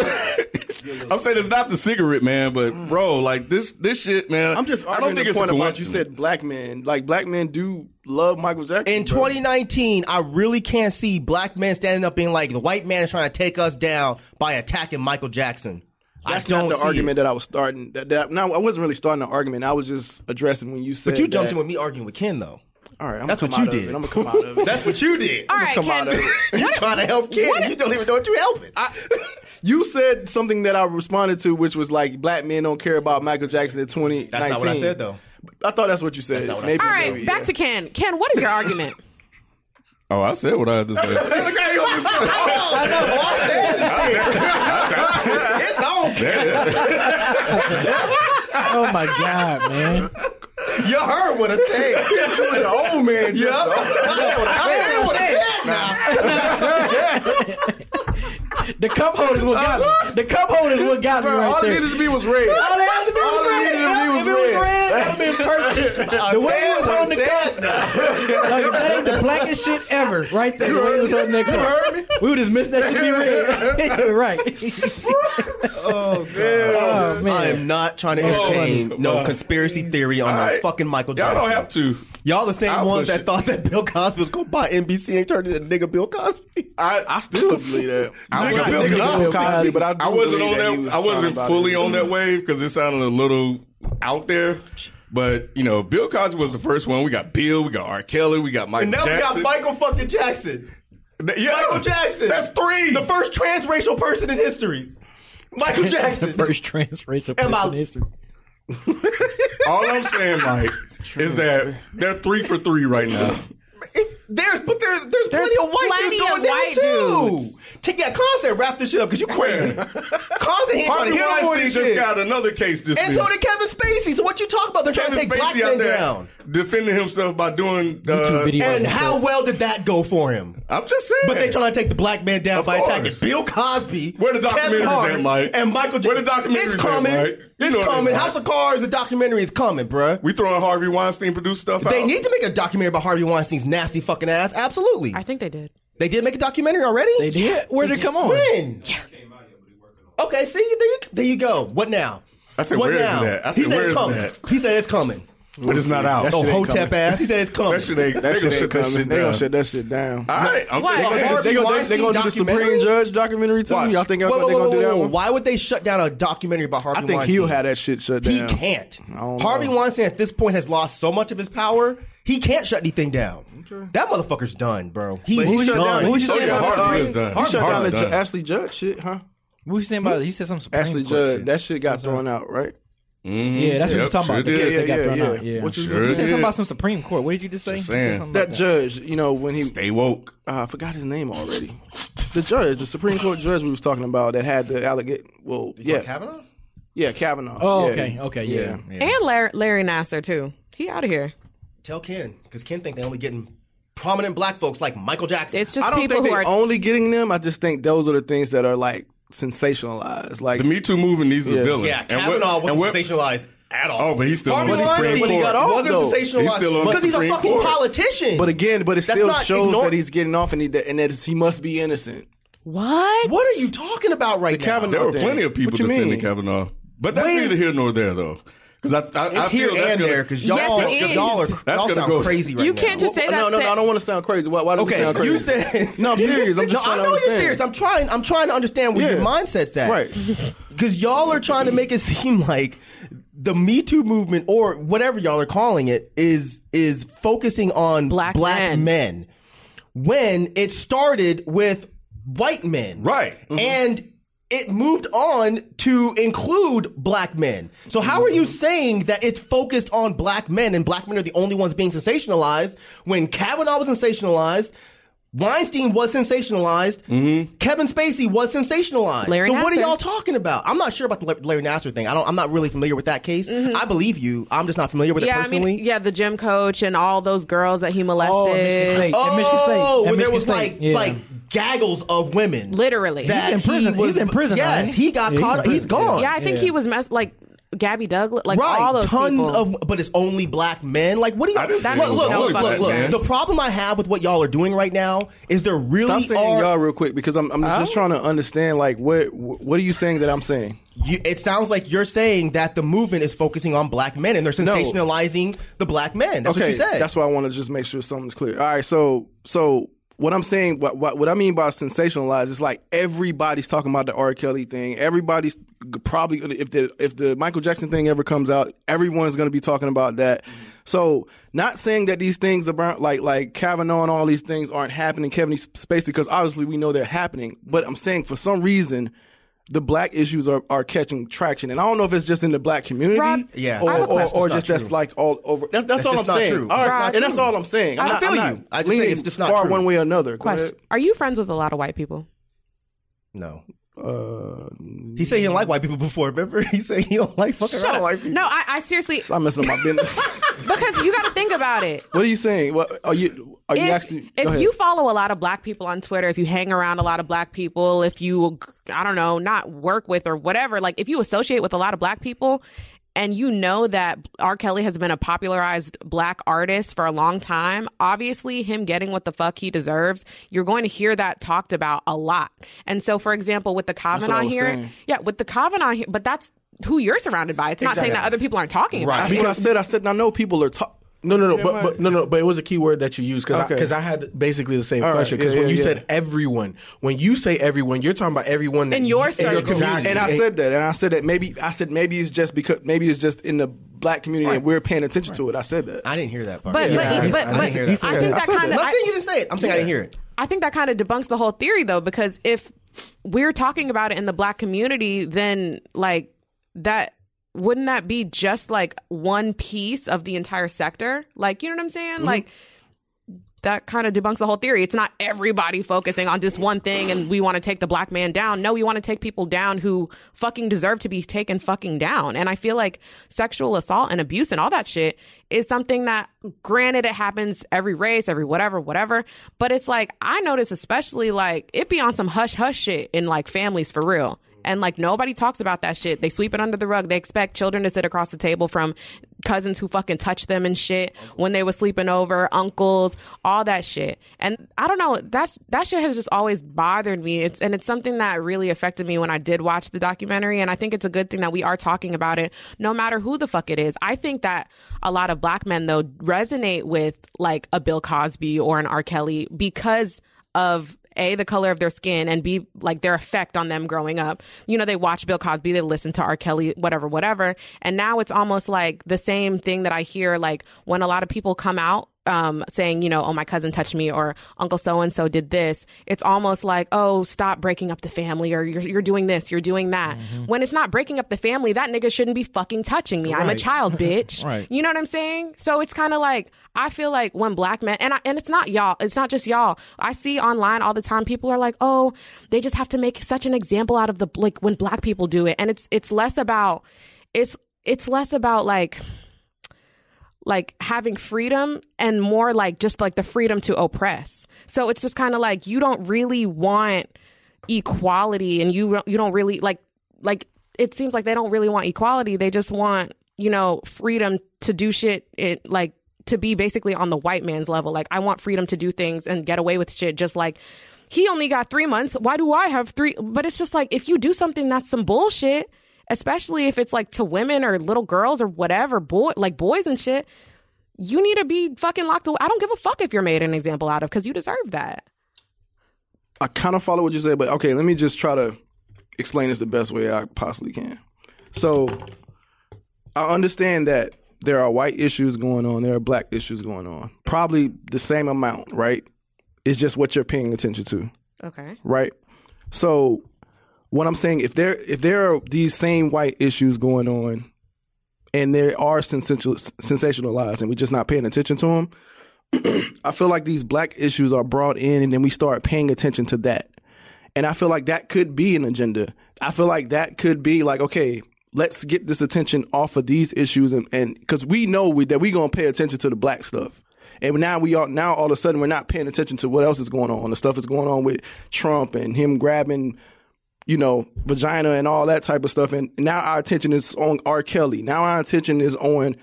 I'm saying it's not the cigarette, man, but
Mm.
bro, like this, this shit, man.
I'm just
I
arguing
don't think
the
it's
point
a
about you
coincidence.
said black men. Like black men do love Michael Jackson.
In
bro.
2019, I really can't see black men standing up being like the white man is trying to take us down by attacking Michael Jackson.
that's
I
not
don't
the
see
argument
it.
that I was starting. That, that no, I wasn't really starting an argument. I was just addressing when you said.
But you jumped
that-
in with me arguing with Ken though.
All right, I'm
That's
gonna
what
come
you
out of
did.
it. I'm gonna come out of it.
That's what you did.
All right,
come
Ken.
out of it.
you
What-
trying to help Ken?
what-
You don't even know what you're helping.
I, you said something that I responded to, which was like black men don't care about Michael Jackson in 2019.
That's not what I said though.
I thought that's what you said.
not what I
maybe,
said.
All right,
maybe,
back
yeah.
to Ken. Ken, what is your argument?
Oh, I said what I had to say.
It's on.
oh my god, man!
You heard what I said.
You an old man,
Yep.
Jeff.
I heard what I said now.
The cup holders what got me. The cup holders what got me
Bro,
right
all
there.
it needed to be was red.
All it had to be
All
was
it
red.
needed to be was
if it was
red.
red, that'd been perfect. the way it was on the cup, like that ain't the blackest shit ever, right there. The way it was on that cup. We would just miss that shit be red, right?
Oh, God.
Oh, man.
I am not trying to
Oh,
entertain
my
no
God.
conspiracy theory on
All
my
right.
fucking Michael
Y'all
Jackson.
don't have
to.
Y'all the same
I'll
ones
push
that thought that Bill Cosby was going to buy NBC and turn into nigga Bill Cosby.
I, I still believe that.
I
Nigga
wasn't,
Bill Cosby, but I do
wasn't
believe that
on that.
he was
I wasn't
trying to
fully
buy
on
the-
that wave because it sounded a little out there. But you know, Bill Cosby was the first one. We got Bill, we got R. Kelly, we got Mike.
And now we
Jackson.
got Michael fucking Jackson.
Th- yeah.
Michael Jackson.
That's three.
The first transracial person in history. Michael Jackson.
First transracial
Am
person
I-
in history.
All I'm saying, Mike, is that they're three for three right now.
There's, but there's, there's, plenty of white
plenty
dudes going
of
down
white
too. Take that concert, wrap this shit up, cause you crazy. concert ain't trying
Harvey
to hear no more of
Weinstein
this
just
shit.
got another case dismissed.
and so did Kevin Spacey. So what you talking about? They're
Kevin
trying to take black
Spacey
men
out there
down.
defending himself by doing uh,
and how well did that go for him?
I'm just saying.
But they trying to take the black man down
Of
by attacking
course.
Bill Cosby.
Where the
Kevin
documentaries
Hart,
at, Mike?
And Michael J.
Where the documentaries
It's coming.
at, Mike? You know
it's
they
coming.
are.
House of Cards, the documentary is coming, bruh.
We throwing Harvey Weinstein produced stuff out.
They need to make a documentary about Harvey Weinstein's nasty fucking ass. Absolutely. I
think they did.
They did make a documentary already? They
did? Where did it come on?
When? Okay, see, there you, there you go. What now?
I said,
what
where is
now?
it at? I
he
said,
said
where
it's
is
coming.
it at?
He said it's coming.
But it's not out.
Oh, Hotep ass. He said it's coming.
That shit ain't.
That
they
shit ain't
gonna shut that
coming.
shit
They gonna
down.
shut that shit down.
All right, I'm
Oh,
They
just
gonna-
saying.
they gonna, they gonna do the Supreme Judge documentary too. Y'all think that's
Whoa,
what they
whoa,
gonna
whoa,
do that
whoa.
one?
Why would they shut down a documentary about Harvey
I think
Weinstein?
he'll have that shit shut down.
He can't.
I don't
Harvey
know.
Weinstein at this point has lost so much of his power. He can't shut anything down. That motherfucker's done, bro. He,
But
he's
shut
done.
down. Who was you
Oh,
saying
yeah,
about
Harvey
Harvey?
is done.
He shut down
Harvey's
the Ju-
done.
Ashley Judd shit, huh?
What you saying about? You said something. Supreme
Ashley
Court
Judd.
shit. Mm-hmm.
That shit got thrown out, right?
Yeah, that's what you're talking about. The case that got
yeah,
thrown
yeah.
out. Yeah.
What you-
you
what
said something
did.
about some Supreme Court. What did you just say? You said something
that,
about
judge, you know, when he
stay woke.
Uh, I forgot his name already. The judge, the Supreme Court judge we was talking about that had the allegate. Well, yeah,
Kavanaugh.
Yeah, Kavanaugh.
Oh,
Yeah.
okay, okay, yeah.
And Larry, Larry Nasser too. He out of here.
Tell Ken because Ken think they only getting prominent black folks like Michael Jackson.
It's just
I don't
people
think
who
they're
are
only getting them. I just think those are the things that are like sensationalized. Like
The Me Too movement needs a
Yeah.
villain.
Yeah,
And what-
Kavanaugh
and
wasn't
what-
sensationalized at all.
Oh, but he's still on
Harvey
the Supreme
Weinstein
Court.
when he got off,
Wasn't
though.
sensationalized. He's still on the
Because he's a
Supreme
fucking
Court.
politician.
But again, but it
That's
still
not
shows
ignore-
that he's getting off and, he, and that he must be innocent.
What?
What are you talking about right now?
Kavanaugh
There were
thing.
plenty of people
What you
defending
mean?
Kavanaugh, but that's
Wait.
neither here nor there, though. Because I, I, I
It's here
feel that's
and
gonna,
there, 'cause y'all- Yes, it
that's
is.
gonna-
y'all are-
that's
y'all
gonna
sound
go
crazy right You now. can't
just say
No,
that
no, no.
sen-
I don't want to sound crazy. Why, why do we
Okay,
sound crazy?
you said
no. I'm serious. I'm just
no,
trying
I
to
know you're
understand.
serious. I'm trying. I'm trying to understand where your
Yeah.
mindset's at,
Right.
Because y'all are trying to make it seem like the Me Too movement or whatever y'all are calling it is is focusing on black,
men.
men when it started with white men,
Right.
And it moved on to include black men. So how are you saying that it's focused on black men and black men are the only ones being sensationalized when Kavanaugh was sensationalized? Weinstein was sensationalized. Kevin Spacey was sensationalized.
Larry
so what are
Nassar.
y'all talking about? I'm not sure about the La- Larry Nassar thing. I don't. I'm not really familiar with that case. I believe you. I'm just not familiar with
Mm-hmm. yeah,
it
I mean,
personally.
yeah, the gym coach and all those girls that he
Oh, at Michigan
molested.
State. At Michigan State.
Oh,
At
when there
Michigan
was
State.
like
Yeah.
like gaggles of women.
Literally.
That
in prison.
He was,
He's in prison now,
Yes,
ain't he?
he
Yeah,
got
he's
caught.
in
he's
prison.
gone.
yeah, I think he was mess like Gabby Douglas, like
oh, right,
all those
tons
people.
of, but it's only black men. Like, what do
I
y'all?
didn't say
look,
it was
look,
only
look,
black
look, look.
men.
The problem I have with what y'all are doing right now is there
Stop
really
saying
are.
y'all real quick because I'm, I'm just trying to understand. Like, what what are you saying that I'm saying?
You, it sounds like you're saying that the movement is focusing on black men and they're
No.
sensationalizing the black men. That's
okay,
what you said.
That's why I want to just make sure something's clear. All right, so so what I'm saying, what what, what I mean by sensationalized is like everybody's talking about the R. Kelly thing. Everybody's g- probably gonna- if the if the Michael Jackson thing ever comes out, everyone's going to be talking about that. So not saying that these things about like like Kavanaugh and all these things aren't happening, Kevin Spacey, because obviously we know they're happening. But I'm saying for some reason the black issues are, are catching traction, and I don't know if it's just in the black community,
Rob,
Yeah.
or,
I have a
or,
question.
or
That's not
just that's
true.
like all over. That's, that's,
That's
all I'm
just not
saying.
true.
All
It's
right,
not
and that's
true.
all I'm saying. I'm
I
not,
feel
I'm not
you. I just
leaning
think it's just not
far
true.
one way or another. Go
Question:
ahead.
Are you friends with a lot of white people?
No.
Uh,
he said he didn't like white people before. Remember, he said he don't like fucking around with white people.
No, I, I seriously
Stop messing up my business.
because you got to think about it.
what are you saying? What are you? Are you
if,
actually? go
if
ahead.
you follow a lot of black people on Twitter, if you hang around a lot of black people, if you I don't know, not work with or whatever, like if you associate with a lot of black people and you know that R. Kelly has been a popularized black artist for a long time, obviously him getting what the fuck he deserves, you're going to hear that talked about a lot. And so for example with the
what
Kavanaugh
I was
here,
saying.
yeah, with the Kavanaugh here, but that's who you're surrounded by. It's not saying that
Exactly.
other people aren't talking
Right.
about
That's
it.
what I said. I said I know people are talking.
No, no, no,
Yeah,
but,
why-
but no, no, but it was a key word that you used because
Okay.
because I, had basically the same
All right,
question because
yeah,
when
yeah,
you
yeah.
said everyone, when you say everyone, you're talking about everyone that
In your
you-
circle.
community.
And I said that, and I said that maybe I said maybe it's just because maybe it's just in the black community and we're paying attention to it. I said that.
I didn't hear that part.
But,
Yeah, I
but,
didn't-
but,
I didn't
but,
hear
I
that
think
part.
that kind of.
Not saying you didn't say it. I'm saying I didn't hear it.
I think that kind of debunks the whole theory, though, because if we're talking about it in the black community, then like that wouldn't that be just like one piece of the entire sector? Like, you know what I'm saying? Like that kind of debunks the whole theory. It's not everybody focusing on just one thing and we want to take the black man down. No, we want to take people down who fucking deserve to be taken fucking down. And I feel like sexual assault and abuse and all that shit is something that granted it happens every race, every whatever, whatever, but it's like I notice especially like it be on some hush hush shit in like families for real. And like nobody talks about that shit. They sweep it under the rug. They expect children to sit across the table from cousins who fucking touch them and shit when they were sleeping over, uncles, all that shit. And I don't know, that that shit has just always bothered me. It's and it's something that really affected me when I did watch the documentary and I think it's a good thing that we are talking about it no matter who the fuck it is. I think that a lot of black men though resonate with like a Bill Cosby or an R. Kelly because of a the color of their skin and b like their effect on them growing up you know they watch bill cosby they listen to r kelly whatever whatever and now it's almost like the same thing that i hear like when a lot of people come out um, saying, you know, oh, my cousin touched me or uncle so and so did this. It's almost like, oh, stop breaking up the family or you're, you're doing this, you're doing that.
Mm-hmm.
When it's not breaking up the family, that nigga shouldn't be fucking touching me. I'm a
Right.
child, bitch.
Right.
You know what I'm saying? So it's kind of like I feel like when black men and I, and it's not y'all, it's not just y'all. I see online all the time people are like, "Oh, they just have to make such an example out of the like when black people do it." And it's it's less about it's it's less about like like having freedom and more like just like the freedom to oppress. So it's just kind of like you don't really want equality and you you don't really like like it seems like they don't really want equality. They just want, you know, freedom to do shit it like to be basically on the white man's level. Like I want freedom to do things and get away with shit just like he only got 3 months. Why do I have 3? But it's just like if you do something that's some bullshit, especially if it's like to women or little girls or whatever, boy, like boys and shit, you need to be fucking locked away. I don't give a fuck if you're made an example out of because you deserve that.
I kind of follow what you said, but okay, let me just try to explain this the best way I possibly can. So, I understand that there are white issues going on, there are black issues going on, probably the same amount, right? It's just what you're paying attention to,
Okay.
right? So, what I'm saying, if there if there are these same white issues going on, and they are sensational, sensationalized, and we're just not paying attention to them, I feel like these black issues are brought in and then we start paying attention to that. And I feel like that could be an agenda. I feel like that could be like, okay, let's get this attention off of these issues and and cuz we know we, that we going to pay attention to the black stuff. And now we are now all of a sudden we're not paying attention to what else is going on. The stuff that's going on with Trump and him grabbing you know, vagina and all that type of stuff. And now our attention is on R. Kelly. Now our attention is on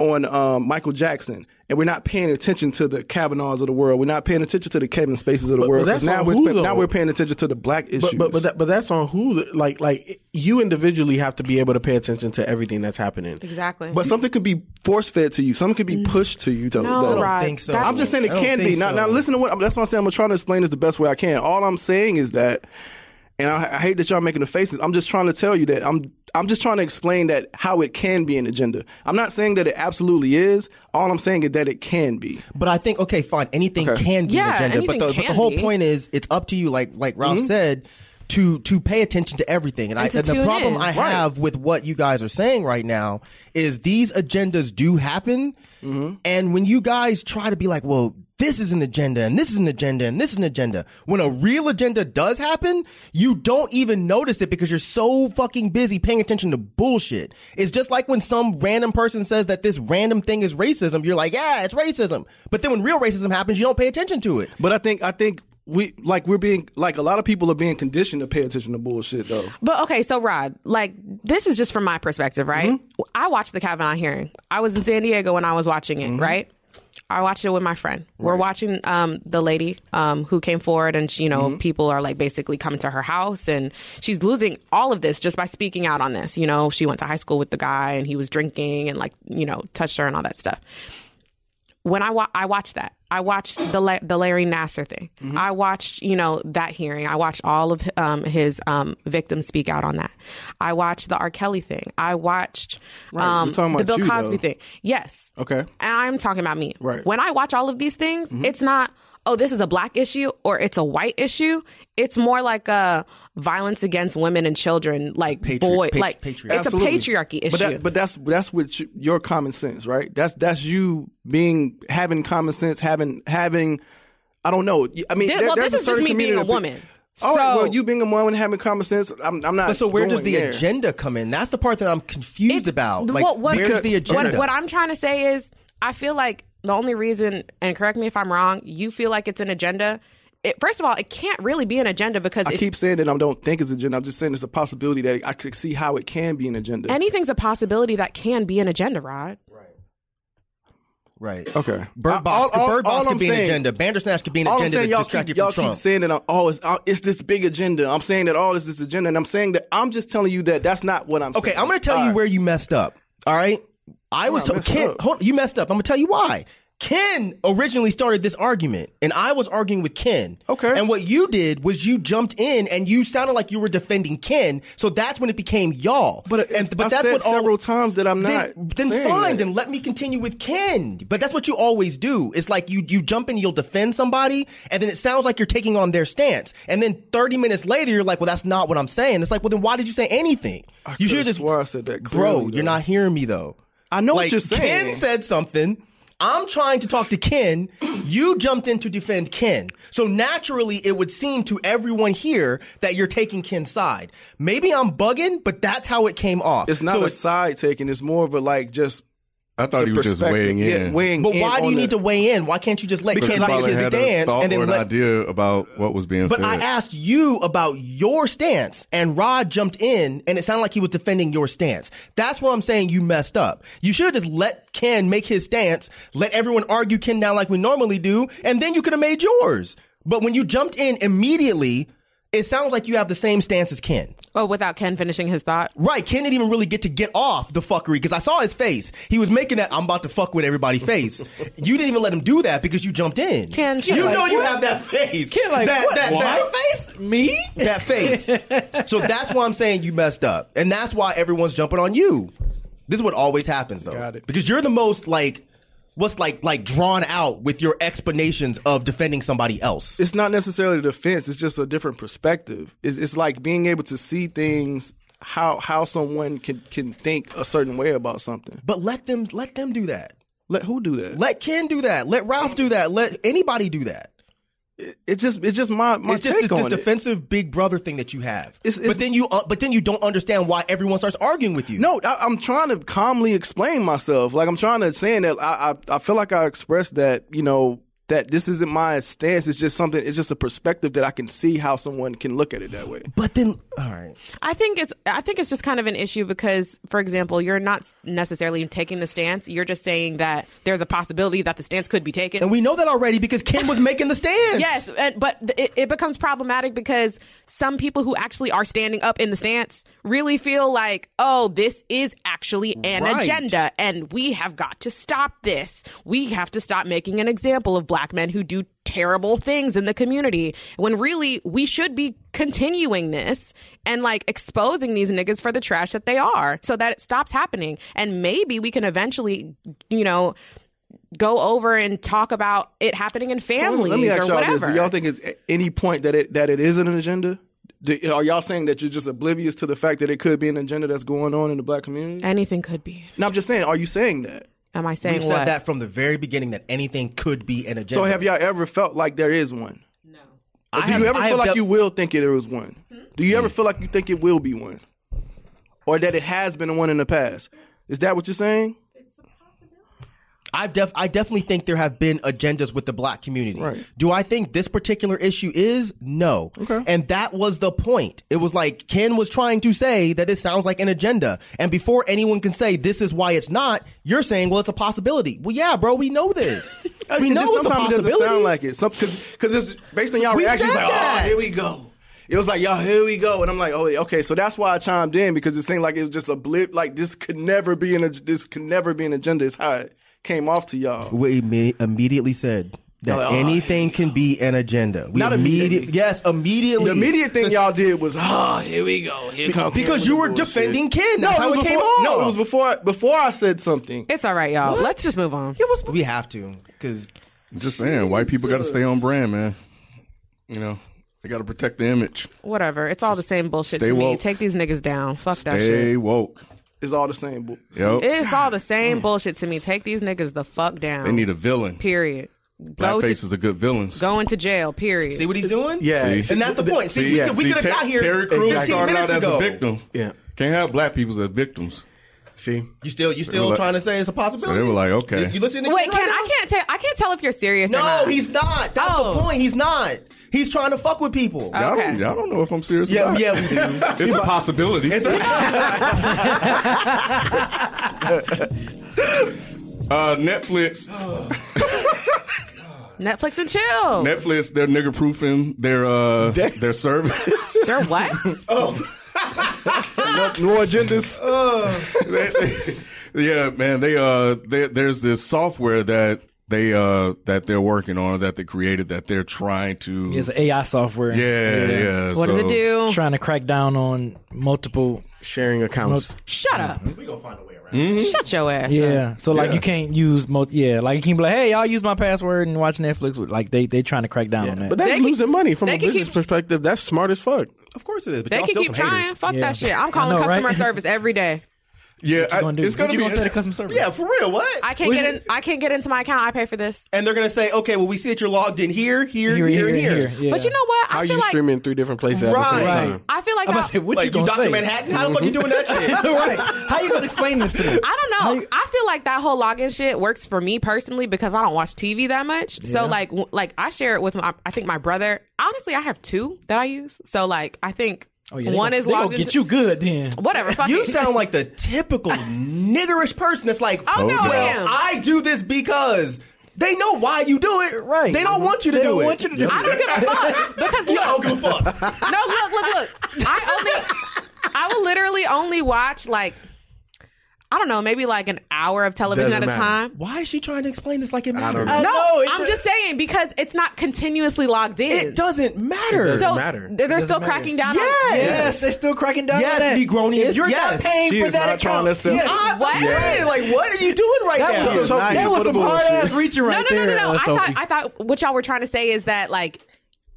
on um, Michael Jackson, and we're not paying attention to the Kavanaughs of the world. We're not paying attention to the Kevin Spaces of the
But-
world.
but that's
'cause now
on
we're
who,
spe- now
though?
we're paying attention to the black issues.
But but but, that, but that's on who the- like like you individually have to be able to pay attention to everything that's happening.
Exactly.
But something could be force fed to you. Something could be pushed to you. To,
No,
that-
I don't Rod, think so.
I'm just saying it
I don't
can be.
think
Now,
so.
now listen to what that's what I'm saying. I'm trying to explain this the best way I can. All I'm saying is that, and I, I hate that y'all making the faces. I'm just trying to tell you that I'm I'm just trying to explain that how it can be an agenda. I'm not saying that it absolutely is. All I'm saying is that it can be.
But I think okay, fine. Anything can be
Yeah,
an agenda,
anything
but the, but
can
the whole
be.
point is it's up to you. Like like Ralph
Mhm.
said, to to pay attention to everything. And,
Mm-hmm. And
I
to
and the
tune
problem
in.
I
Right.
have with what you guys are saying right now is these agendas do happen.
Mm-hmm.
And when you guys try to be like, well, this is an agenda and this is an agenda and this is an agenda. When a real agenda does happen, you don't even notice it because you're so fucking busy paying attention to bullshit. It's just like when some random person says that this random thing is racism, you're like, yeah, it's racism. But then when real racism happens, you don't pay attention to it.
But I think I think we like we're being like a lot of people are being conditioned to pay attention to bullshit though.
But okay, so Rod, like this is just from my perspective, right? I watched the Kavanaugh hearing. I was in San Diego when I was watching it, right? I watched it with my friend. We're watching um, the lady um, who came forward, and she, you know, people are like basically coming to her house, and she's losing all of this just by speaking out on this. You know, she went to high school with the guy, and he was drinking, and like, you know, touched her and all that stuff when I wa- I watched that, I watched the La- the Larry Nasser thing.
Mm-hmm.
I watched you know that hearing. I watched all of um, his um, victims speak out on that. I watched the R. Kelly thing. I watched
Right,
um,
we're talking
the
about
Bill
you,
Cosby
though.
thing. Yes,
Okay.
and I'm talking about me.
Right. Mm-hmm.
When I watch all of these things, it's not oh this is a black issue or it's a white issue. It's more like a violence against women and children, like boy,
pa-
like it's
Absolutely.
a patriarchy issue.
But, that, but that's that's with you- your common sense, right? That's that's you being having common sense, having having. I don't know. I mean,
Th-
there-
well,
there's
this is just
certain
me being
community
a
of pe-
woman.
All right,
So-
well, you being a woman having common sense, I'm, I'm not.
But so where does
going
the
there.
agenda come in? That's the part that I'm confused about. Like,
what, what,
where's the agenda?
What, what I'm trying to say is, I feel like the only reason, and correct me if I'm wrong, you feel like it's an agenda. It, first of all, it can't really be an agenda because
I
if-
keep saying that I don't think it's agenda. I'm just saying it's a possibility that I could see how it can be an agenda.
anything's a possibility that can be an agenda, Rod.
Right.
Okay.
Bird Box,
All- all-
Bird Box
all
could
I'm
be an
saying-
agenda. Bandersnatch could be an
all
agenda
I'm
to
saying, y'all
distract
keep,
you
y'all
from Trump.
keep saying that oh it's, oh, it's this big agenda. I'm saying that all oh, it's this agenda, and I'm saying that I'm just telling you that that's not what I'm.
okay,
saying.
I'm going to tell you where you messed up. All right? I
Where
was
I
told
messed
Ken,
up?
hold, you messed up. I'm going to tell you why. Ken originally started this argument, and I was arguing with Ken. Okay. And what you did was you jumped in, and you sounded like you were defending Ken. So that's when it became y'all. But and, but
uh, I've
that's
said
what all,
several times that I'm
Then-
not
Then,
saying
fine.
that.
Then let me continue with Ken. But that's what you always do. It's like you you jump in, you'll defend somebody, and then it sounds like you're taking on their stance. And then 30 minutes later, you're like, well, that's not what I'm saying. It's like, well, then why did you say anything? you should have just.
Where I said that,
Bro,
clearly,
you're
though.
not hearing me though.
I know what
Like,
you're saying.
Ken said something. I'm trying to talk to Ken. You jumped in to defend Ken. So naturally, it would seem to everyone here that you're taking Ken's side. Maybe I'm bugging, but that's how it came off.
It's not
So
a side taking. It's more of a like just.
I thought he was just weighing in.
weighing
But
in
why do
on
you
the-
need to weigh in? Why can't you just let
Because
Ken
he
make
probably
his
had a
stance
thought
and
or
then
an
let?
idea about what was being
But
said.
I asked you about your stance, and Rod jumped in, and it sounded like he was defending your stance. That's where I'm saying you messed up. You should have just let Ken make his stance, let everyone argue Ken down like we normally do, and then you could have made yours. But when you jumped in immediately, it sounds like you have the same stance as Ken.
Oh, without Ken finishing his thought.
Right, Ken didn't even really get to get off the fuckery because I saw his face. He was making that I'm about to fuck with everybody face. you didn't even let him do that because you jumped in.
Ken,
you
like,
know you
what?
have that face.
Ken, like,
that,
what?
that,
What?
that face?
Me?
That face. so that's why I'm saying you messed up. And that's why everyone's jumping on you. This is what always happens though.
Got it.
Because you're the most like what's like like drawn out with your explanations of defending somebody else.
It's not necessarily defense. It's just a different perspective. It's it's like being able to see things how how someone can can think a certain way about something.
But let them let them do that.
Let who do that?
Let Ken do that. Let Ralph do that. Let anybody do that.
It's just it's just my my
it's just
take
this,
on
this
it.
defensive big brother thing that you have.
It's- it's-
but then you uh, but then you don't understand why everyone starts arguing with you.
No, I, I'm trying to calmly explain myself. Like I'm trying to saying that I, I I feel like I expressed that you know that this isn't my stance. It's just something. It's just a perspective that I can see how someone can look at it that way.
But then, all right.
I think it's I think it's just kind of an issue because, for example, you're not necessarily taking the stance. You're just saying that there's a possibility that the stance could be taken.
And we know that already because Ken was making the stance.
Yes, and, but th- it, it becomes problematic because some people who actually are standing up in the stance really feel like, oh, this is actually an
Right.
agenda, and we have got to stop this. We have to stop making an example of black men who do terrible things in the community when really we should be continuing this and like exposing these niggas for the trash that they are so that it stops happening and maybe we can eventually you know go over and talk about it happening in
So
families
let me ask
or
y'all
whatever.
this: Do y'all think it's a- any point that it that it is an agenda? do, are y'all saying that you're just oblivious to the fact that it could be an agenda that's going on in the black community?
Anything could be.
No, I'm just saying. Are you saying that?
Am I saying
We've
what?
said that from the very beginning that anything could be an agenda.
So have y'all ever felt like there is one? No.
I
do
have-
you ever feel
I have
like
def-
you will think there is one? Do you ever feel like you think it will be one, or that it has been one in the past? Is that what you're saying?
I def I definitely think there have been agendas with the black community.
Right.
Do I think this particular issue is? No. Okay. And that was the point. It was like Ken was trying to say that it sounds like an agenda. And before anyone can say this is why it's not, you're saying, well, it's a possibility. Well, yeah, bro, we know this.
I
we
mean,
know
just
it's a
sometimes it
possibility.
doesn't sound like it. Because it's based on y'all
We
reactions,
said
like,
that.
oh, here we go. It was like, y'all, here we go. And I'm like, oh, okay. So that's why I chimed in because it seemed like it was just a blip. Like, this could never be an, ag- this could never be an agenda. It's how it came off to y'all.
we imme- immediately said that
Y'all like, "Oh,
anything can be an agenda. We
Not immediately.
Yes, immediately.
The immediate thing
The-
y'all did was, ah, here we go. Here
Be-
come
because you were defending Ken. That's
no,
how
was
it came
before, No,
off.
it was before before I said something.
It's all right, y'all.
What?
Let's just move on.
we have to because
Just saying, white people got to stay on brand, man. You know, they got to protect the image.
Whatever. It's all the same bullshit
stay
to me.
woke.
Take these niggas down. Fuck that
Stay
shit.
woke.
It's all the same. bu-
Yep.
It's all the
Mm.
same bullshit to me. Take these niggas the fuck down.
They need a villain.
Period. Go
Blackface
to,
is a good villain.
going to jail. Period.
See what he's doing?
Yeah.
And that's the point. See, we,
yeah.
could- we
See,
could have
Ter-
got here.
Terry Crews
15
started out
minutes
as
ago.
a victim. Yeah. Can't have black people as victims.
See,
You still, you still trying to say it's
So
a possibility?
they were like,
This- You
okay.
listen to
Wait,
Ken
Ken,
right
I can't tell. I can't tell if you're serious.
now?
or
No,
not.
he's not. That's the point. He's not. He's trying to fuck with people.
Y'all, don't, y'all don't know if I'm serious. or
Yeah,
not.
yeah, we do.
it's a possibility. uh, Netflix,
Netflix and chill.
Netflix, they're nigger proofing their uh, their service.
They're what?
no, no agendas.
yeah, man. They uh, they, there's this software that they uh that they're working on that they created that they're trying to.
It's AI software.
Yeah, yeah,
What does it so- do?
Trying to crack down on multiple
sharing accounts.
Shut up.
Mm-hmm.
Shut your ass.
yeah,
Up.
so like
Yeah.
you can't use most. Yeah, like you can't be like, hey, y'all use my password and watch Netflix. With like they they trying to crack down on that.
But that's
They can-
losing money from
they
a
can
business
keep-
perspective. That's smart as fuck.
Of course it is.
They can keep trying. Fuck
Yeah.
that shit. I'm
I
calling
know, right?
customer service every day.
Yeah, I-
gonna do?
it's gonna
What you
be.
gonna say to customer service?
Yeah, for real. What?
I can't get in. I can't get into my account. I pay for this.
and they're gonna say, okay, well, we see that you're logged in here, here, here, and here.
But you know what?
How
I
you
feel like
streaming in three different places at the same
Right.
time?
I feel like
I'm
that,
about to say, what
Like,
you gonna
you Dr.
say?
Manhattan? How the fuck you doing that shit?
right? How you gonna explain this to them?
I don't know. I feel like that whole login shit works for me personally because I don't watch TV that much. So like w- like I share it with my I think my brother. Honestly, I have two that I use. So like I think
Oh,
one
yeah, they gonna-
is
they gonna
logged
get
into
you good then.
whatever. Fuck
You
it.
sound like the typical niggerish person that's like,
Oh, no, I
well,
am.
I do this because they know why you do it. Right. They don't want you to
They
do
don't
it.
want you to do
I
it.
don't give a fuck because
You don't
look,
give a fuck.
no, look, look, look. I only, I will literally only watch like, I don't know, maybe like an hour of television
Doesn't
at a
matter.
time.
Why is she trying to explain this like it matters?
know. I
No,
it
I'm
does-
just saying because it's not continuously logged in.
It doesn't matter.
It doesn't
so
matter.
they're, they're
It doesn't
still
matter.
cracking down.
Yes.
on
Yes, they're still cracking down.
Yes,
on that.
Negronius,
If you're
yes. Uh,
not paying
She
for
is
that
not trying
account.
to sell-
yes.
I'm
What?
Yes.
Like, what are you doing right
That
now?
She
was,
is
some,
not here
that was
for the
some hard ass
bullshit.
reaching
No,
right
no, no,
there.
no, no.
uh,
I thought,
Sophie.
I thought what y'all were trying to say is that like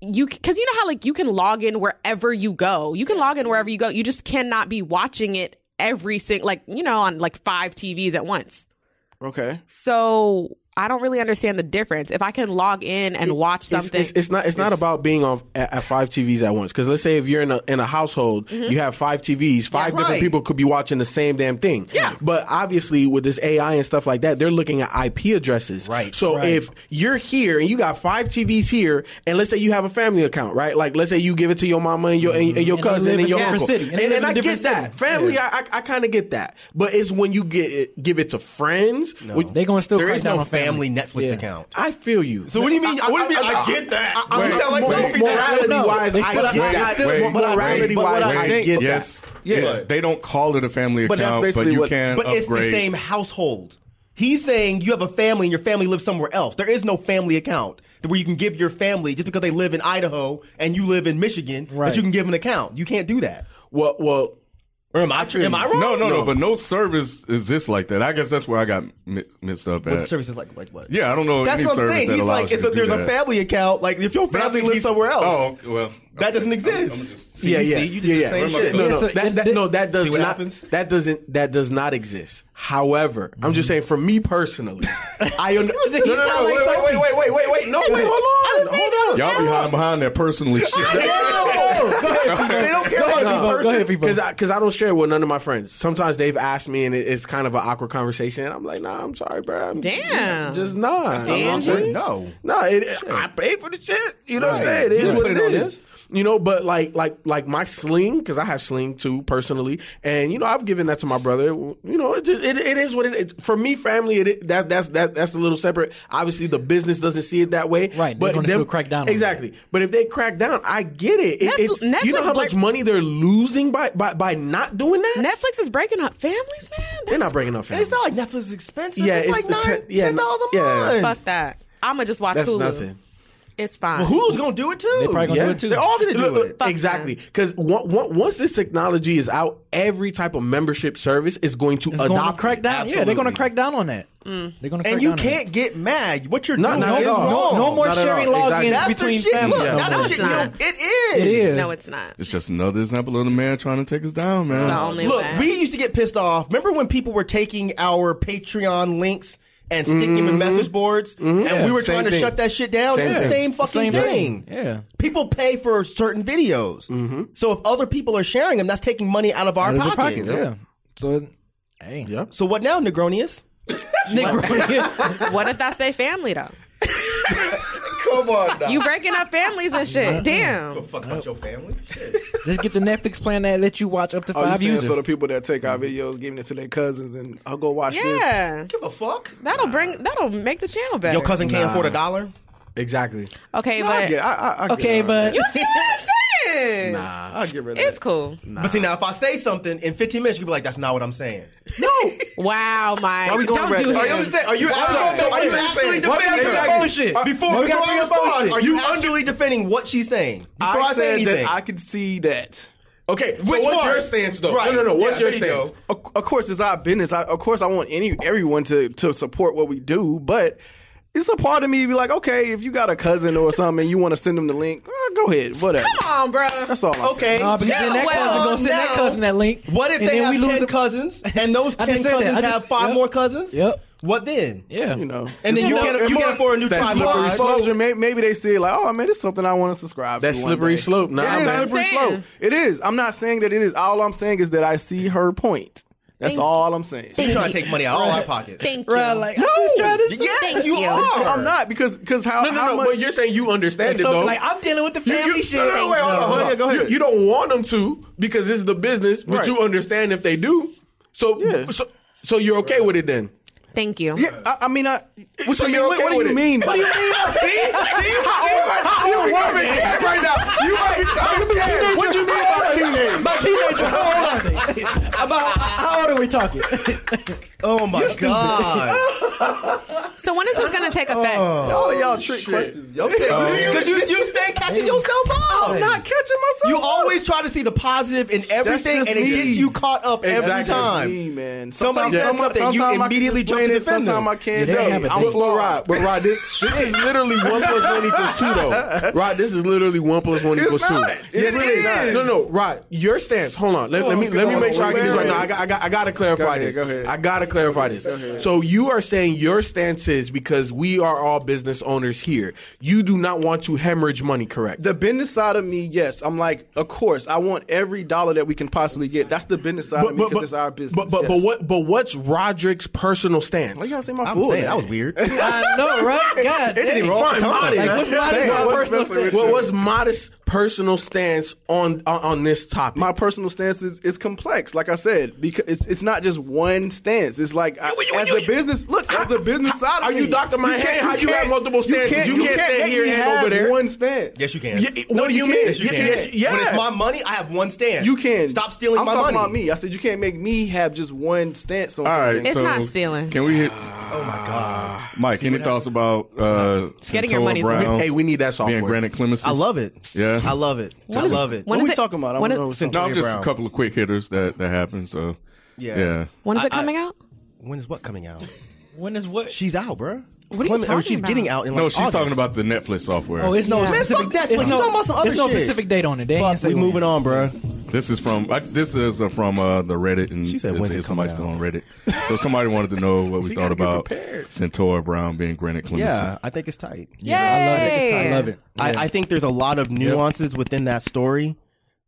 you because you know how like you can log in wherever you go. You can log in wherever you go. You just cannot be watching it every single like you know on like five TVs at once.
Okay.
So I don't really understand the difference. If I can log in and watch
It's-
something,
It's, it's not. It's, not about being on at, at five TVs at once. Because let's say if you're in a in a household,
Mm-hmm.
you have five TVs. Five different
right.
people could be watching the same damn thing.
Yeah.
But obviously, with this AI and stuff like that, they're looking at IP addresses.
Right.
So
Right.
if you're here and you got five TVs here, and let's say you have a family account, right? Like let's say you give it to your mama and your and, and your
Mm-hmm. And they live
cousin
in
and your
different
uncle.
city. And
And,
they live
and
in
I get
different
that
city.
family.
Yeah.
I I, I kind of get that. But it's when you get it, give it to friends. when-
They gonna still
there
crack
is
down
no
on family.
Family Netflix
Yeah.
account.
I feel you.
So what do you mean? what do you mean? I, get that. I, I, sound like
morality
Sophie Morales.
No,
wise,
they
I
still-
get
wait,
that.
wait,
Mo-
wait, wait,
morality wise,
wait,
I get
yes.
that.
Yeah. They don't call it a family
But that's
account, but,
basically
you
what-
can
But
upgrade.
it's the same household. He's saying you have a family and your family lives somewhere else. There is no family account where you can give your family just because they live in Idaho and you live in Michigan
Right.
that you can give an account. You can't do that.
Well, well,
Or am
I- am I wrong?
No, no, no,
No.
But no service exists like that. I guess that's where I got mi- mixed up at.
What service is like? Like what?
Yeah, I don't know.
That's
any
what I'm
service
saying.
That
He's
allows
like,
you
it's
to
a,
do
there's
that.
a family account. Like, if your
But I
family
think
lives
he's-
somewhere else,
Oh, well.
that doesn't exist.
yeah, yeah,
See, you did
yeah,
the
yeah.
same
No,
shit.
no,
Yeah, so
that, that- no, that does not. That doesn't. That does not exist. However, I'm
Mm-hmm.
just saying, for me personally, I under, no, no, no, wait, wait, wait, wait, wait, wait, wait, no, wait, hold on.
I didn't say that.
Y'all be hiding behind that personal shit.
They don't care about you personally.
Because I, 'cause I don't share it with none of my friends. Sometimes they've asked me, and it, it's kind of an awkward conversation. And I'm like, Nah, I'm sorry, bro. I'm,
Damn.
just not.
Stan
I'm
Lee?
saying, no, no. It, I pay for the shit. You know what I'm
Right.
saying? It is
Yeah.
what
Put
it
it on
is.
this.
You know, but like, like, like my sling because I have sling too personally, and you know I've given that to my brother. You know, it just it, it is what it is for me. Family, it, it that that's that that's a little separate. Obviously, the business doesn't see it that way, right? But
gonna
them-
still crack down on
exactly. But if they crack down, I get it. It-
Netflix-
it's, you know
Netflix
how much
blur-
money they're losing by by, by not doing that.
Netflix is breaking up families, man.
they're not breaking up families.
It's not like Netflix is expensive.
Yeah,
it's,
it's
like
the
nine,
ten- yeah,
ten dollars a
yeah.
month.
Fuck that. I'm gonna just watch
That's
Hulu.
nothing.
It's fine.
Well, Hulu's gonna do it too.
Yeah.
They're all gonna do
Look, look,
it.
Exactly. Because once this technology is out, every type of membership service is going to
It's
adopt.
going to crack
it.
down. Yeah, they're going to
Absolutely.
crack down on that.
Mm.
They're going to crack
And you
down on that.
can't get mad. What you're
No,
doing
no,
is
no,
wrong.
no more
Not at all.
sharing logins
Exactly.
That's the
between
shit.
families.
Look,
no
that's
more.
the shit. You know, it is.
It is.
No, it's not.
It's just another example of the man trying to take us down, man.
The only
Look,
way.
we used to get pissed off. Remember when people were taking our Patreon links and sticking them in message boards, and
Mm-hmm. Yeah.
we were
Same
trying to
thing.
shut that shit down?
Same
it's the
thing.
same
The
fucking
same
thing.
thing. Yeah.
People pay for certain videos, so if other people are sharing them, that's taking money out of our
Out of your
pocket.
pocket, yeah. So, hey,
So what now, Negronius?
what if that's their family though?
Come on, now.
You breaking up families and shit. Damn.
Go fuck about your family.
just get the Netflix plan that lets you watch up to
Oh, you
five
saying
users.
so the people that take our videos, giving it to their cousins, and I'll go watch this.
Yeah.
Give a fuck.
That'll bring. That'll make the channel better.
Your cousin can't
Nah.
afford a dollar.
Exactly.
Okay,
No, I
but
get- I- I- I get
Okay,
it.
but
you see what I'm saying?
Nah.
I'll get rid of
It's
that.
cool.
But see, now if I say something in 15 minutes, you'll be like, "That's not what I'm saying."
Wow, Mike.
Why we going
Don't
back
do
there?
him.
Are you upset? Are you
Why
actually-
we going
are you
back
actually
there?
defending
Why we
her?
gotta
bullshit?
Uh, Before
Why
we
we gotta
before I
bring up
respond,
bullshit?
are you actually defending what she's saying? Before I,
I
say
said that
anything,
I could see that.
Okay, so
Which
what's
part?
your stance though?
Right.
No, no, no. What's
Yeah,
your
there you
stance?
Of, of course, it's our business. I, of course, I want any everyone to to support what we do, but. It's a part of me to be like, okay, if you got a cousin or something and you want to send them the link, uh, go ahead, whatever.
Come on, bro.
That's all. I'm
okay.
Nah, but
now,
then that cousin
well,
gonna send that
now,
cousin that link.
What if
and
they
then
have
we lose
ten
the-
cousins and those
I
ten
just said that.
cousins
I
have
just-
five
yep.
more cousins?
Yep.
What then?
Yeah.
You know,
And then you
know,
can't you can't afford a new
That slippery
tripod.
slope. Maybe, maybe they see it like, oh man, it's something I want to subscribe
That
to.
slippery
one day.
slope. Nah,
it is
man.
slippery
That's what I'm
slope. It is. I'm not saying that it is. All I'm saying is that I see her point. That's all I'm saying.
You're trying to take money out of all our pockets.
Thank you.
Right, like, I'm just trying to
Yes,
say-
you are.
I'm not because because how
No, no,
how
no.
much
But you're saying you understand it
So,
though.
like, I'm dealing with the
You- you-
family shit.
no, no, no, wait, hold on, hold on.
Yeah, go ahead.
You, you don't want them to because this is the business, but
Right.
you understand if they do. So,
Yeah.
so, so you're okay with it then?
Thank you.
yeah, I, I mean, I.
Well, so
I mean,
you're
what,
okay
what do
with
you
it.
mean?
What do you
mean? see, see how
You're warming up right now. You might. I'm a teenager.
What you mean by teenage?
My teenager, how old are they? About how old are we talking?
Oh my god.
So when is this gonna
Oh.
take effect?
All y'all trick questions.
Okay,
Um,
because you, you stay catching yourself up.
I'm not catching myself.
You
up.
always try to see the positive in everything,
just
and it
me.
gets you caught up every
Exactly.
time.
Me, man.
Somebody
Sometimes-
says something, you
sometimes I can
immediately jump to
explain it,
defend them.
Sometimes I can't.
Yeah, they
though.
have a
I'm
dick.
Flo Rod, but Rod
this, this is literally one plus one equals two, though. Rod, this is literally one plus one
It's
equals two.
not. It is. Oh,
No, no, Rod, your stance. Hold on. Let, let me let me make sure I get this right now. I got I got I gotta clarify
Go ahead,
this.
go ahead.
I gotta clarify this. So you are saying your stance is because we are all business owners here. You do not want to hemorrhage money, correct?
The business side of me, yes, I'm like, of course, I want every dollar that we can possibly get. That's the business side of me because it's our business.
But but, but
yes.
what but what's Roderick's personal stance?
Why y'all say my
I'm
fool?
saying
name?
that was weird.
I know, right? God,
It didn't
dang.
even roll off
Fine,
the tongue.
Marty,
Like,
man.
what's Marty's
Damn, what's
personal
messing with
stance?
you?
What was modest personal stance on on, on this topic?
my personal stance is, is complex. Like I said, because it's, it's not just one stance. It's like I, as a business. Look, as a business side.
are
of
you
me,
Dr. Manhattan?
can't-
How you have
can't-
multiple stances? You can't stand
make
here
me
and
have
over there.
One stance.
Yes, you can.
Yeah, what do
you
you, mean?
can't.
Yes, you can.
Yes, yeah.
When it's my money, I have one stance.
You can
stop stealing
I'm
my
talking
money.
about me. I said you can't make me have just one stance on
All right,
something.
It's
so
not stealing.
Can we hit?
Ah,
Oh my god, Mike! any thoughts about uh,
Getting your
Santoa
money's worth.
Brown?
Hey, we need that software.
being Granite Clemency.
I love it.
Yeah,
man.
I love it.
When
I
is it-
love it.
when
what
is
we
it-
talking about? I
when
want
is-
to know what's in
no,
Tony
just
Brown.
a couple of quick hitters that that happened. So yeah, yeah.
When is
I-
it coming out?
When is what coming out?
When is what?
She's out, bro.
What are you
Clement- or
talking
she's
about?
getting out in like
no, she's
August.
talking about the Netflix software.
Oh, it's no
Man,
specific.
fuck Netflix.
it's
You
no,
talking about some other
it's no
shit.
specific date on it. They ain't
Fuck,
say
we
when.
moving on, bro.
This is from I, this is uh, from uh, the Reddit and she said somebody still on Reddit. So somebody wanted to know what we thought about Centaur Brown being granted clemency.
Yeah, I think it's tight.
Yeah,
I love it.
I,
Yeah.
I think there's a lot of nuances within that story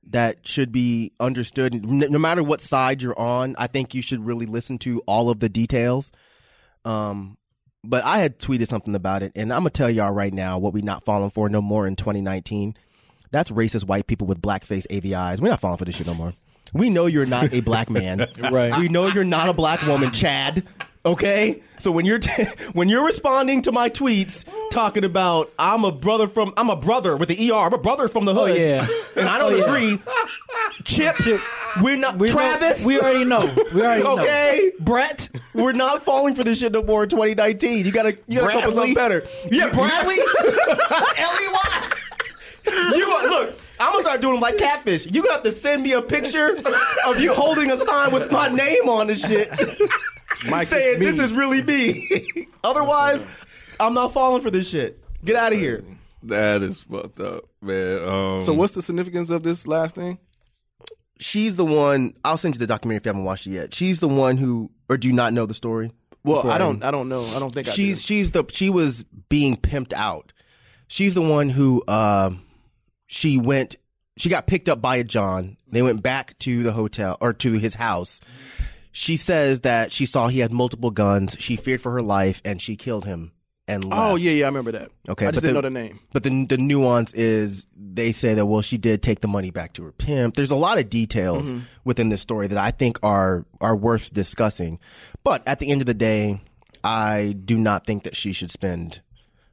that should be understood. No, no matter what side you're on, I think you should really listen to all of the details. Um, but I had tweeted something about it, and I'm gonna tell y'all right now what we not falling for no more in 2019. That's racist white people with blackface AVIs. We're not falling for this shit no more. We know you're not a black man.
Right.
We know you're not a black woman, Chad. Okay? So when you're t- when you're responding to my tweets talking about I'm a brother from I'm a brother with the ER, I'm a brother from the hood.
yeah.
And I don't
Oh, yeah.
agree. Chip, we're not
We know-
Travis.
we already know. We already know.
Okay, Brett, we're not falling for this shit no more in 2019. You gotta you gotta come up with something better. Yeah, Bradley, E Ellie Watt. You are- look. I'm gonna start doing them like catfish. You got to send me a picture of you holding a sign with my name on this shit, saying this is really me. Otherwise, I'm not falling for this shit. Get out of here.
That is fucked up, man. Um,
So what's the significance of this last thing?
She's the one. I'll send you the documentary if you haven't watched it yet. She's the one who, or do you not know the story?
Well,
Before
I don't. I don't know. I don't think I
she's she's the she was being pimped out. She's the one who um she went she got picked up by a John. They went back to the hotel or to his house. She says that she saw he had multiple guns. She feared for her life and she killed him and left.
Oh yeah, yeah, I remember that.
Okay,
I
but
just didn't
the-
know the name.
But the the nuance is they say that well she did take the money back to her pimp. There's a lot of details
Mhm.
within this story that I think are are worth discussing. But at the end of the day, I do not think that she should spend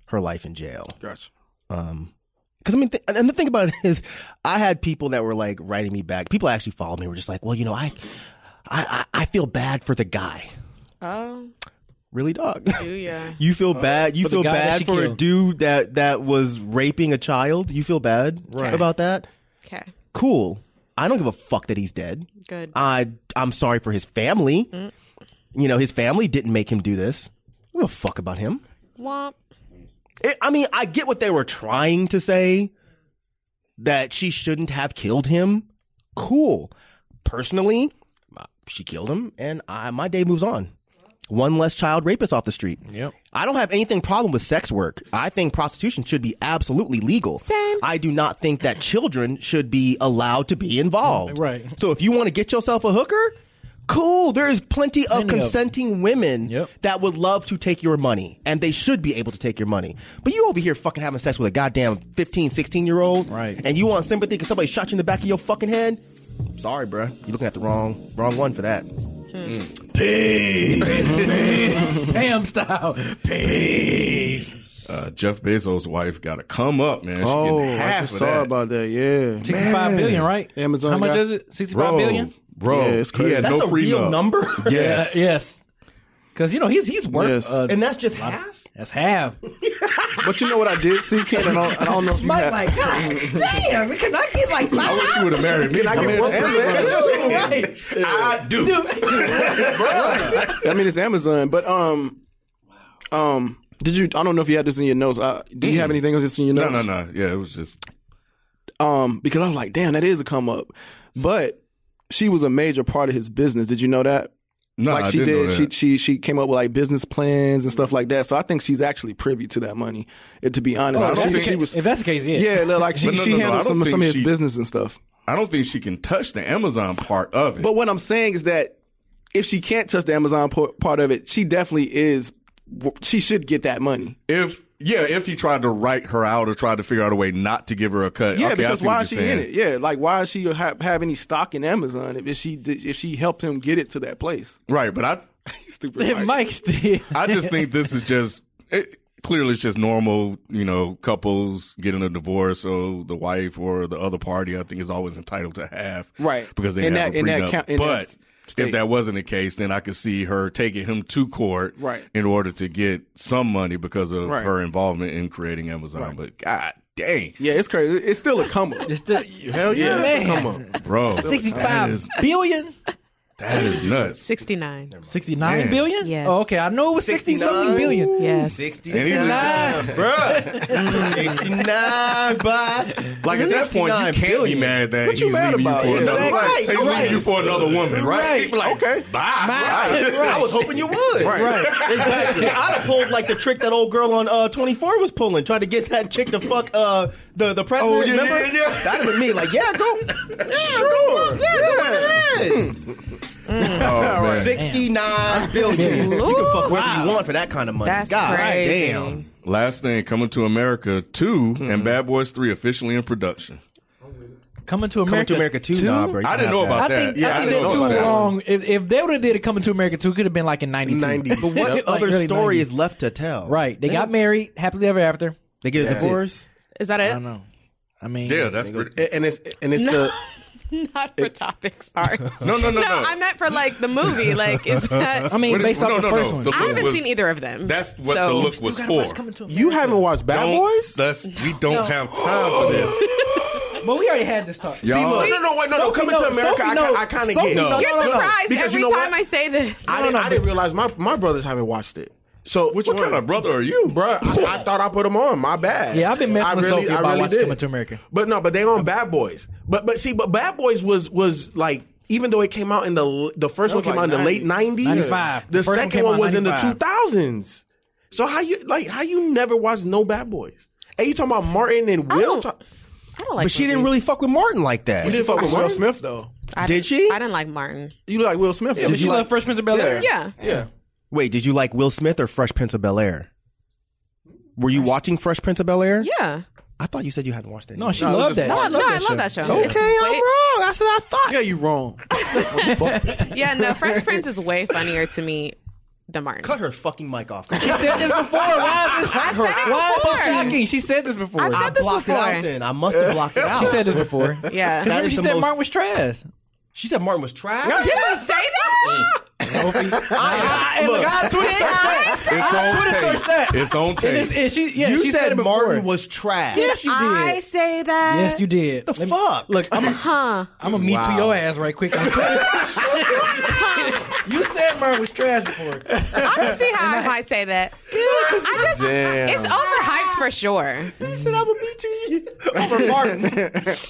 her life in jail.
Gotcha.
Um, because I mean, th- and the thing about it is, I had people that were like writing me back. People actually followed me. Were just like, well, you know, I, I, I I feel bad for the guy.
Oh,
Really, dog.
do ya?
You feel bad. You
For the
feel
guy that
bad
she
for a
killed.
dude that that was raping a child. You feel bad
Right.
about that.
Okay.
Cool. I don't give a fuck that he's dead.
Good.
I I'm sorry for his family.
Mm.
You know his family didn't make him do this. I don't give a fuck about him.
Womp.
It, I mean, I get what they were trying to say that she shouldn't have killed him. Cool. Personally, uh, she killed him, and I, my day moves on. One less child rapist off the street.
Yep.
I don't have anything problem with sex work. I think prostitution should be absolutely legal. I do not think that children should be allowed to be involved.
Right.
So if you want to get yourself a hooker, cool. There is plenty of
Plenty of-
consenting women that would love to take your money and they should be able to take your money. But you over here fucking having sex with a goddamn 15, 16 year old. Right. And you want sympathy because somebody shot you in the back of your fucking head? Sorry, bruh. You're looking at the wrong wrong one for that.
Hmm. Pam style.
Peace. Uh, Jeff Bezos' wife got to come up, man. She getting
Oh, I
half
just
of
saw
that.
about that. Yeah,
Man.
Man. Amazon.
How much
got-
is it? 65 billion?
Bro,
Yeah, it's crazy.
he had no prenup. Yes.
Yeah, Uh, yes. Because you know he's he's worth,
Yes.
uh,
And
that's just half.
That's half.
But you know what I did see, Ken? And I don't, I don't know if you had.
damn, because I get like
I wish you would've married me.
Can I
I
get
mean,
one
it's
percent?
Amazon.
Right.
I do. I mean, it's Amazon, but um, um, did you? I don't know if you had this in your notes. Uh, do you have
Mm.
anything else that's in your
No,
notes?
no, no. Yeah, it was just
Um, because I was like, damn, that is a come up. But she was a major part of his business. Did you know that?
No,
like
I
she
didn't know
did.
that.
She she she came up with like business plans and stuff like that. So I think she's actually privy to that money. It, to be honest, I
if,
don't
that's
think
the
she
ca-
was.
if that's the case, yeah.
Yeah, no, like she,
But no,
she
no, no, I
handled
don't
some, some
think
of his
she-
business and stuff.
I don't think she can touch the Amazon part of it.
But what I'm saying is that if she can't touch the Amazon por- part of it, she definitely is. She should get that money.
if yeah, if he tried to write her out or tried to figure out a way not to give her a cut. okay,
Yeah,
I
because
see what
why
you're
is she
saying.
in it? Yeah, like why is she ha- have any stock in Amazon if she did, if she helped him get it to that place?
Right, but I
Stupid. Mike.
I just think this is just it, clearly it's just normal, you know, couples getting a divorce, so the wife or the other party, I think, is always entitled to half,
Right.
Because they
In
have
that-
a
in that
prenup.
count- in that
but
s-
if
state.
that wasn't the case, then I could see her taking him to court,
Right.
in order to get some money because of
Right.
her involvement in creating Amazon. But God dang.
Yeah, it's crazy. It's still a come up.
It's still,
Hell yeah,
Man.
it's a come up,
Bro, that
Sixty-five
is-
billion.
That is nuts.
69.
69
Man.
billion?
Yes.
Oh, okay. I know it was 60 something
69?
billion.
Yes.
69.
Bruh. 69, bye.
Like at that point, you can't be mad that he's leaving you for another.
Right,
he's leaving
right.
you for another woman, right?
Right.
People like, okay, bye.
Right. I was hoping you would.
Right. Right.
Exactly. Yeah, I'd have pulled like the trick that old girl on uh, 24 was pulling, trying to get that chick to fuck uh, the, the president.
Oh, yeah,
remember?
yeah, yeah.
That'd have been me. Like, yeah, go. Yeah, sure. Yeah, go ahead.
Oh, man.
69 billion. You can fuck wherever you want for that kind of money.
That's
God
crazy.
damn.
Last thing, coming to America 2
Mm-hmm.
and Bad Boys Three officially in production.
Coming to America.
Coming to America too?
two?
Nah, bro. you
I didn't
can
know
have
about
I think,
that. Yeah,
I
I
think
didn't know
they're too
about that.
long. If, if they would have did a Coming to America 2, it could have been like in 92.
90s. But what
Yep. Like
other
early
story
90s.
is left to tell?
Right. They, got
don't-
married, happily ever after.
They get a
That's it.
divorce?
Is that
I
it?
don't know. I mean,
Yeah, that's pretty.
and it's and it's
No.
the
Not for topics. Sorry.
No, no, no, no.
I meant for like the movie. Like, is that?
I mean,
Wait,
based
no,
off
no, no.
the first one.
The
I
look
haven't
was-
seen either of them.
That's what
So-
the look was for.
You haven't watched Bad
Don't-
Boys?
That's we don't have time for this.
But we already had this talk.
Y'all-
no, no, no, wait, no, no.
Sophie
Coming
knows-
to America,
Sophie
I, ki-
knows-
I kind of
Sophie
get.
knows- No,
You're
no, no, no.
surprised
Because
every
you know
time
what?
I say this.
I didn't, I didn't realize
my my brothers haven't watched it. So
What kind of brother are you?
Bruh, I, I thought I put them on. My bad.
Yeah, I've been messing
I
with
really,
Sophie
I
about
really
watching
did.
Coming to America.
But no, but they on Bad Boys. But but see, but Bad Boys was was like even though it came out in the the first
That was
one came
like
out in the late
90s.
nineties,
95.
The,
The first one
second
came
one,
out
was in the two
95.
thousands. So how you like how you never watched no Bad Boys? And you talking about Martin and Will?
don't-
Talk,
I don't like
But she didn't really fuck with Martin like that.
You didn't fuck with Will Smith though.
I
Did
didn't-
she?
I didn't like Martin.
you like Will Smith?
Yeah,
though.
did you
like-
love First Prince of Bel Air?
Yeah.
Yeah.
Wait, did you like Will Smith or Fresh Prince of Bel Air? Were you watching Fresh Prince of Bel Air?
Yeah.
I thought you said you hadn't watched that.
No,
either.
she loved that.
No, I-
She
no,
loved
I love that show. It's
Okay, I'm
way-
wrong. Oh, That's what I thought.
Yeah, you wrong.
Yeah, no, Fresh Prince is way funnier to me than Martin.
cut her fucking mic off.
She said this before. Why is this,
I said it
why is this
before.
shocking? She said this before.
I've said this
blocked it
before.
out. Then I must have blocked it out.
She said this before.
Yeah.
That
Remember
is
she
the
said
most-
Martin was trash.
She said Martin was trash.
Did I say that?
Sophie.
I- Ah, look, I tweeted
Did I?
It's
Ah,
on
First that.
tape. It's on
And it's-
tape.
and she, yeah,
you
she
said,
said, it before.
Martin was trash.
Yes, you did.
I say that.
Yes, you did.
The fuck?
Look, I'm a,
Huh.
I'm gonna meet
Wow.
to your ass right quick. on Twitter. you said Martin was trash before.
I don't see how I, might say that. I just,
Damn.
It's overhyped for sure.
He said I'm gonna beat you over Martin.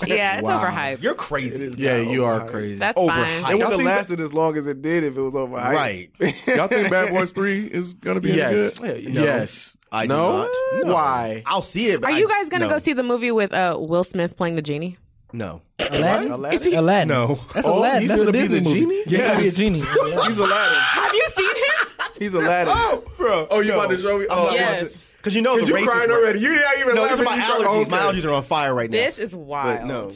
Yeah, it's overhyped.
You're crazy.
Yeah, you are crazy.
That's
Overhyped.
fine.
It wouldn't
Y'all
have
think
lasted as long as it did if it was over.
Right.
Y'all think Bad Boys Three is gonna be any
Yes.
good?
No.
Yes.
I do
no?
not. No.
Why?
I'll see it. but
Are
I-
you guys gonna
no.
go see the movie with uh, Will Smith playing the genie?
No.
Aladdin?
Aladdin?
Aladdin.
No.
That's
Oh,
Aladdin.
he's
That's
gonna
a
be
Disney
the
movie.
genie?
He's gonna be a genie.
He's Aladdin.
Have you seen him?
He's Aladdin.
Oh, bro.
Oh, you about to show me?
I'm
Oh,
not
Yes.
watching- Cause you know the
you
racist
crying
were-
already. You not even
No,
laughing.
this is my
You cry-
allergies. My
okay.
allergies are on fire right now.
This is wild.
But no,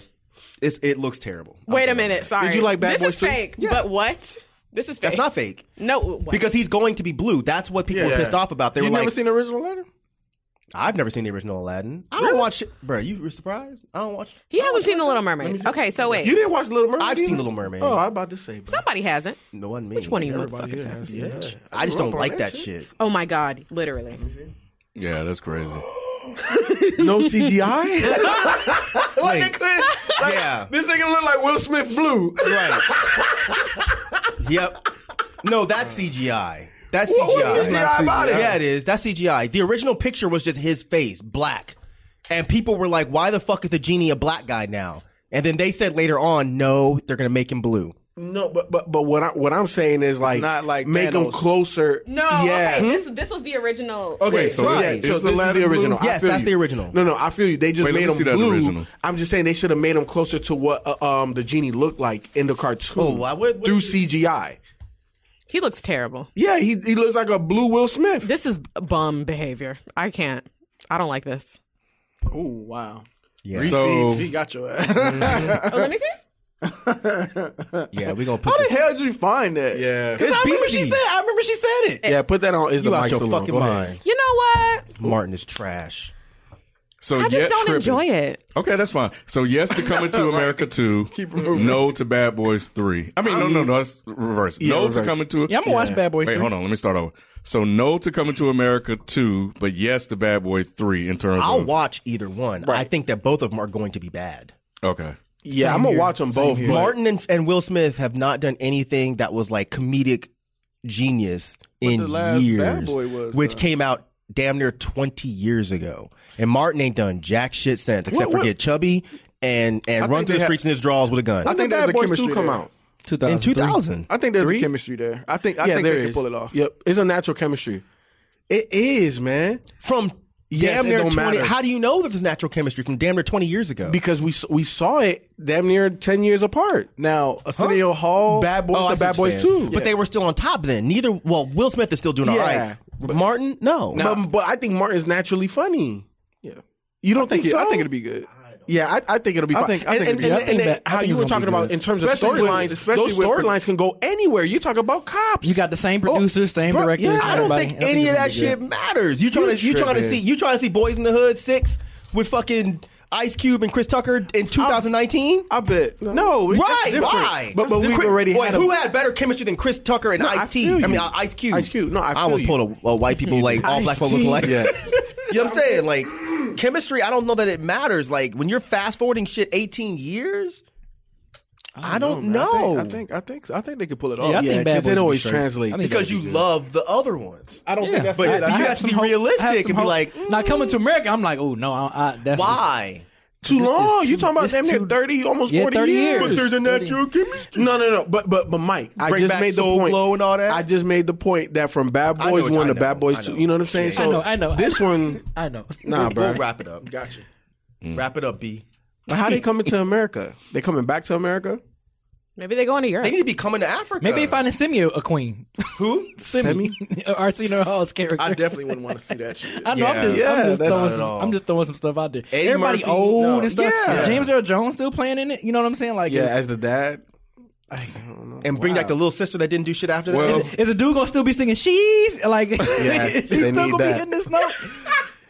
it's it looks terrible. I'll
Wait
be
a minute.
honest.
Sorry.
Did you like Bad
this
Boys
is
too?
fake.
Yeah.
But what? This is fake.
That's not fake.
No. What?
Because he's going to be blue. That's what people were
Yeah.
pissed off about. They
You
were
never
like,
seen the original Aladdin?
"I've never seen the original Aladdin. I don't watch it, bro. You were surprised? I don't watch.
he hasn't seen The Little Mermaid. Okay, so wait.
You didn't watch Little Mermaid?
I've seen
either?
Little Mermaid.
Oh, I'm about to say. Bro.
Somebody hasn't.
No one me.
Which one of you motherfuckers have seen it?
I just don't
Rumble
like
on
that
that
shit.
Oh my god, literally.
Yeah, that's crazy.
No CGI.
Wait,
yeah.
Yeah.
This nigga look like Will Smith blue.
right. yep. No, that's CGI. That's CGI.
What was
That's not
CGI about it?
Yeah, it is. That's CGI. The original picture was just his face, black. And people were like, why the fuck is the genie a black guy now? And then they said later on, no, they're going to make him blue.
no, but but but what I what I'm saying is like
not like
make them
Thanos.
closer.
No,
yeah.
okay. This this was the original.
Okay,
Wait,
so,
right.
yeah, so
Is
this is
Aladdin
the original.
blue?
I
Yes,
feel
that's
you.
the original.
No, no, I feel you. They just
Wait, let
made
me
them
see that
blue.
original.
I'm just saying they should have made them closer to what uh, um the genie looked like in the cartoon.
Oh, I would-
do CGI.
He looks terrible.
Yeah, he he looks like a blue Will Smith.
This is bum behavior. I can't. I don't like this.
Oh wow.
Yeah.
So
He got your ass.
Oh, let me see.
yeah, we're going to
How
put
the
this.
hell did you find that?
yeah,
It's
I remember she
BG.
said. I remember she said it.
yeah, put that on. Is
You
the
out
mic
your
still on?
fucking
Go ahead.
mind.
You know what?
Martin is trash.
So
I just
yes,
don't
Crippin.
enjoy it.
Okay, that's fine. So yes to Coming to America two, no to Bad Boys three. I mean, no, no, no, that's reverse.
Yeah,
no to
reverse.
Coming to
Yeah, I'ma watch Bad Boys
Wait,
3.
hold on, let me start over. So no to Coming to America two, but yes to Bad Boy three in terms
I'll
of
watch either one. I think that both of them are going to be bad.
okay.
Yeah, I'm gonna watch them both. but-
Martin and, and Will Smith have not done anything that was like comedic genius in
the last
years,
Bad Boy was,
which
though.
came out damn near 20 years ago. And Martin ain't done jack shit since, except
What-
for get chubby and
I
and
think
run through
they
the
had-
streets in his drawers with a gun.
I think there's a chemistry
come
there.
out?
In 2000.
I think there's
Three?
a chemistry there. I think I
yeah,
think
there
they
is.
can pull it off.
Yep, it's a natural chemistry. It is, man.
From
yes,
damn
it
near
don't
20.
matter.
How do you know that there's natural chemistry from damn near 20 years ago?
because we s- we saw it damn near ten years apart.
Now, Arsenio Hall, Oh,
Bad Boys
Oh, I
to
see
Bad
what
Boys
you're saying.
too.
But they were still on top then. Neither, well, Will Smith is still doing
Yeah.
all right. Martin, no.
but, but I think Martin's naturally funny.
Yeah.
You don't
I think,
think so?
it, I think it'll be good.
Yeah, I, I think it'll be
I
fine.
think- I
and
think it'll
and-
be- I
and-
think
and
that- I
how
think
you
it's
were
gonna
talking
be
about
good.
in terms
Especially
of
with-
storylines,
especially
those
with-
storylines can go anywhere. You talk about cops.
You got the same producers, same
bro,
directors.
yeah,
and
Oh, I don't
everybody.
think any
it's
of
gonna
that
be
shit
good.
matters. You trying to you trying to see
tripping.
you trying to see Boys in the Hood six with fucking Ice Cube and Chris Tucker in 2019.
I bet. No, it's
right?
different.
Why?
But- but
That's
we've
different.
already
Wait,
had a-
who had better chemistry than Chris Tucker and
No, I
Ice T?
feel
I mean
you.
uh, Ice Cube.
Ice Cube. No, I feel
almost
you.
pulled a, a white people like all
Ice
black folks look
Cube.
alike.
Yeah.
you know what I'm saying? Like chemistry. I don't know that it matters. Like when you're fast forwarding shit 18 years. I don't
man.
know.
I think I think I think, I think they could pull it off.
I think Bad Boys would be straight. I think
because you love the other ones.
I don't
Yeah.
think that's
But
it.
you
I think-
have to be realistic and be like, "Mm."
now coming to America, I'm like, oh no, I, I that's
why?
Too long. you talking about
it's
damn near
too-
thirty, almost
Yeah,
forty
30 years.
years.
But there's a
natural chemistry.
No, no, no. But but but Mike, I
Bring
just
back
made the
Soul
point.
Glow and all that?
I just made the point that from Bad
I know
Boys
what-
one
I
to
know,
Bad
I
Boys two.
know.
You know what I'm saying?
Yeah.
So
I know, I know.
This one,
I know.
nah,
We'll
bro.
wrap it up. Gotcha.
Mm.
Wrap it up, B.
But how they coming to America? They coming back to America?
Maybe they go into Europe.
They need to be coming to Africa.
Maybe they find a Simio a queen.
who?
Simi, Arsenio Hall's character.
I definitely wouldn't want to see that shit.
I know. I'm just,
Yeah,
I'm, just
that's
throwing
not at
some,
all.
I'm just throwing some stuff out there.
Eddie
Everybody
Murphy,
old
no.
and stuff.
Yeah.
James Earl Jones still playing in it. You know what I'm saying? Like,
Yeah,
is-
as the dad. I don't know.
And bring back the little sister that didn't do shit after
Well-
that.
is, is the dude gonna still be singing "She's"? Like, is he
they
still
need
gonna be
that.
hitting his notes?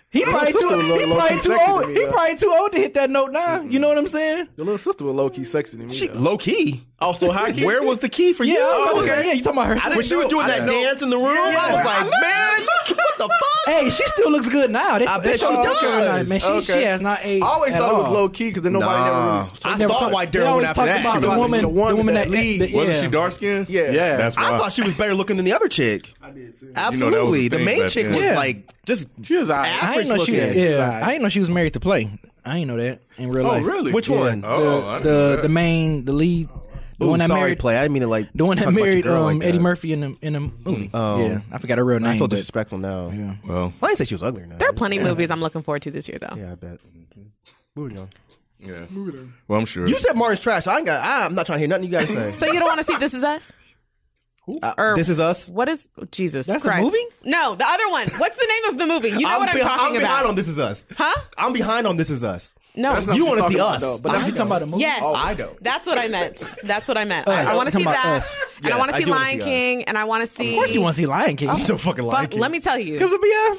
He probably
sister
too.
was low-
He
low
probably
key
too
sexy to
old.
me,
He
though.
probably too old to hit that note now. You know what I'm saying?
The little sister was low key sexy to me. though.
low key. Also, high key. Where was the key for
Yeah,
you?
I was about to say, yeah. You talking about her?
Oh, When she was doing that dance in the room, I was like, man, you- what the fuck?
Hey, she still looks good now. They,
I
they
bet
showed
she
the picture
does.
tonight, man. She,
Okay.
she has not aged.
I always
at
thought it was
all.
low key because then nobody
Nah.
ever
I
really.
saw why
They
Daryl went
always
after
talk
that.
about the
was
woman,
the one
the woman
that
that,
lead.
that-
Wasn't
yeah.
she dark skinned?
Yeah.
Yeah.
That's why.
I thought she was better looking than the other chick.
I did too.
You know, that was the
Absolutely. the,
thing
main
back
chick
then.
was
Yeah.
like just
She was all right.
I
average
didn't know she.
looking.
Yeah,
alright.
I didn't know she was married to play. I didn't know that in real life.
really?
Which
Yeah,
one?
The,
Oh, I didn't know
the
that.
the main the lead the
Ooh,
one that
sorry,
married
play. I didn't mean to like
the one that
talk about your
married
girl
um
like
Eddie
that.
Murphy in the in the movie.
Oh.
Yeah, I forgot her real name.
I feel
but-
disrespectful now.
yeah.
Well,
I didn't say she was ugly now.
There are plenty of movies I'm looking forward to this year, though.
Yeah, I bet. Mm-hmm. Moving on.
yeah. Well, I'm sure.
You said Martin's trash. I ain't got. I, I'm not trying to hear nothing you guys say.
So you don't want to see This Is Us?
Uh,
or-
this is us.
What is oh, Jesus
That's a
Christ?
movie?
No, the other one. What's the name of the movie? You know
I'm
what I'm
be-
talking
I'm behind
about?
on This Is Us.
Huh?
I'm behind on This Is Us.
No,
That's not
You
what
want to
she's
see
talking
us?
about, though, but
Oh,
that's-
you talking about a movie?
Yes,
I don't. Oh,
That's what I meant. That's what I meant. I,
I
want
was
to see
talking about
that,
us.
and I
Yes,
want
I
to see
do wanna
Lion
see us.
King, and I want to see.
Of course, you want to see Lion
Oh.
King
Don't fucking like
But
it.
let me tell you,
because the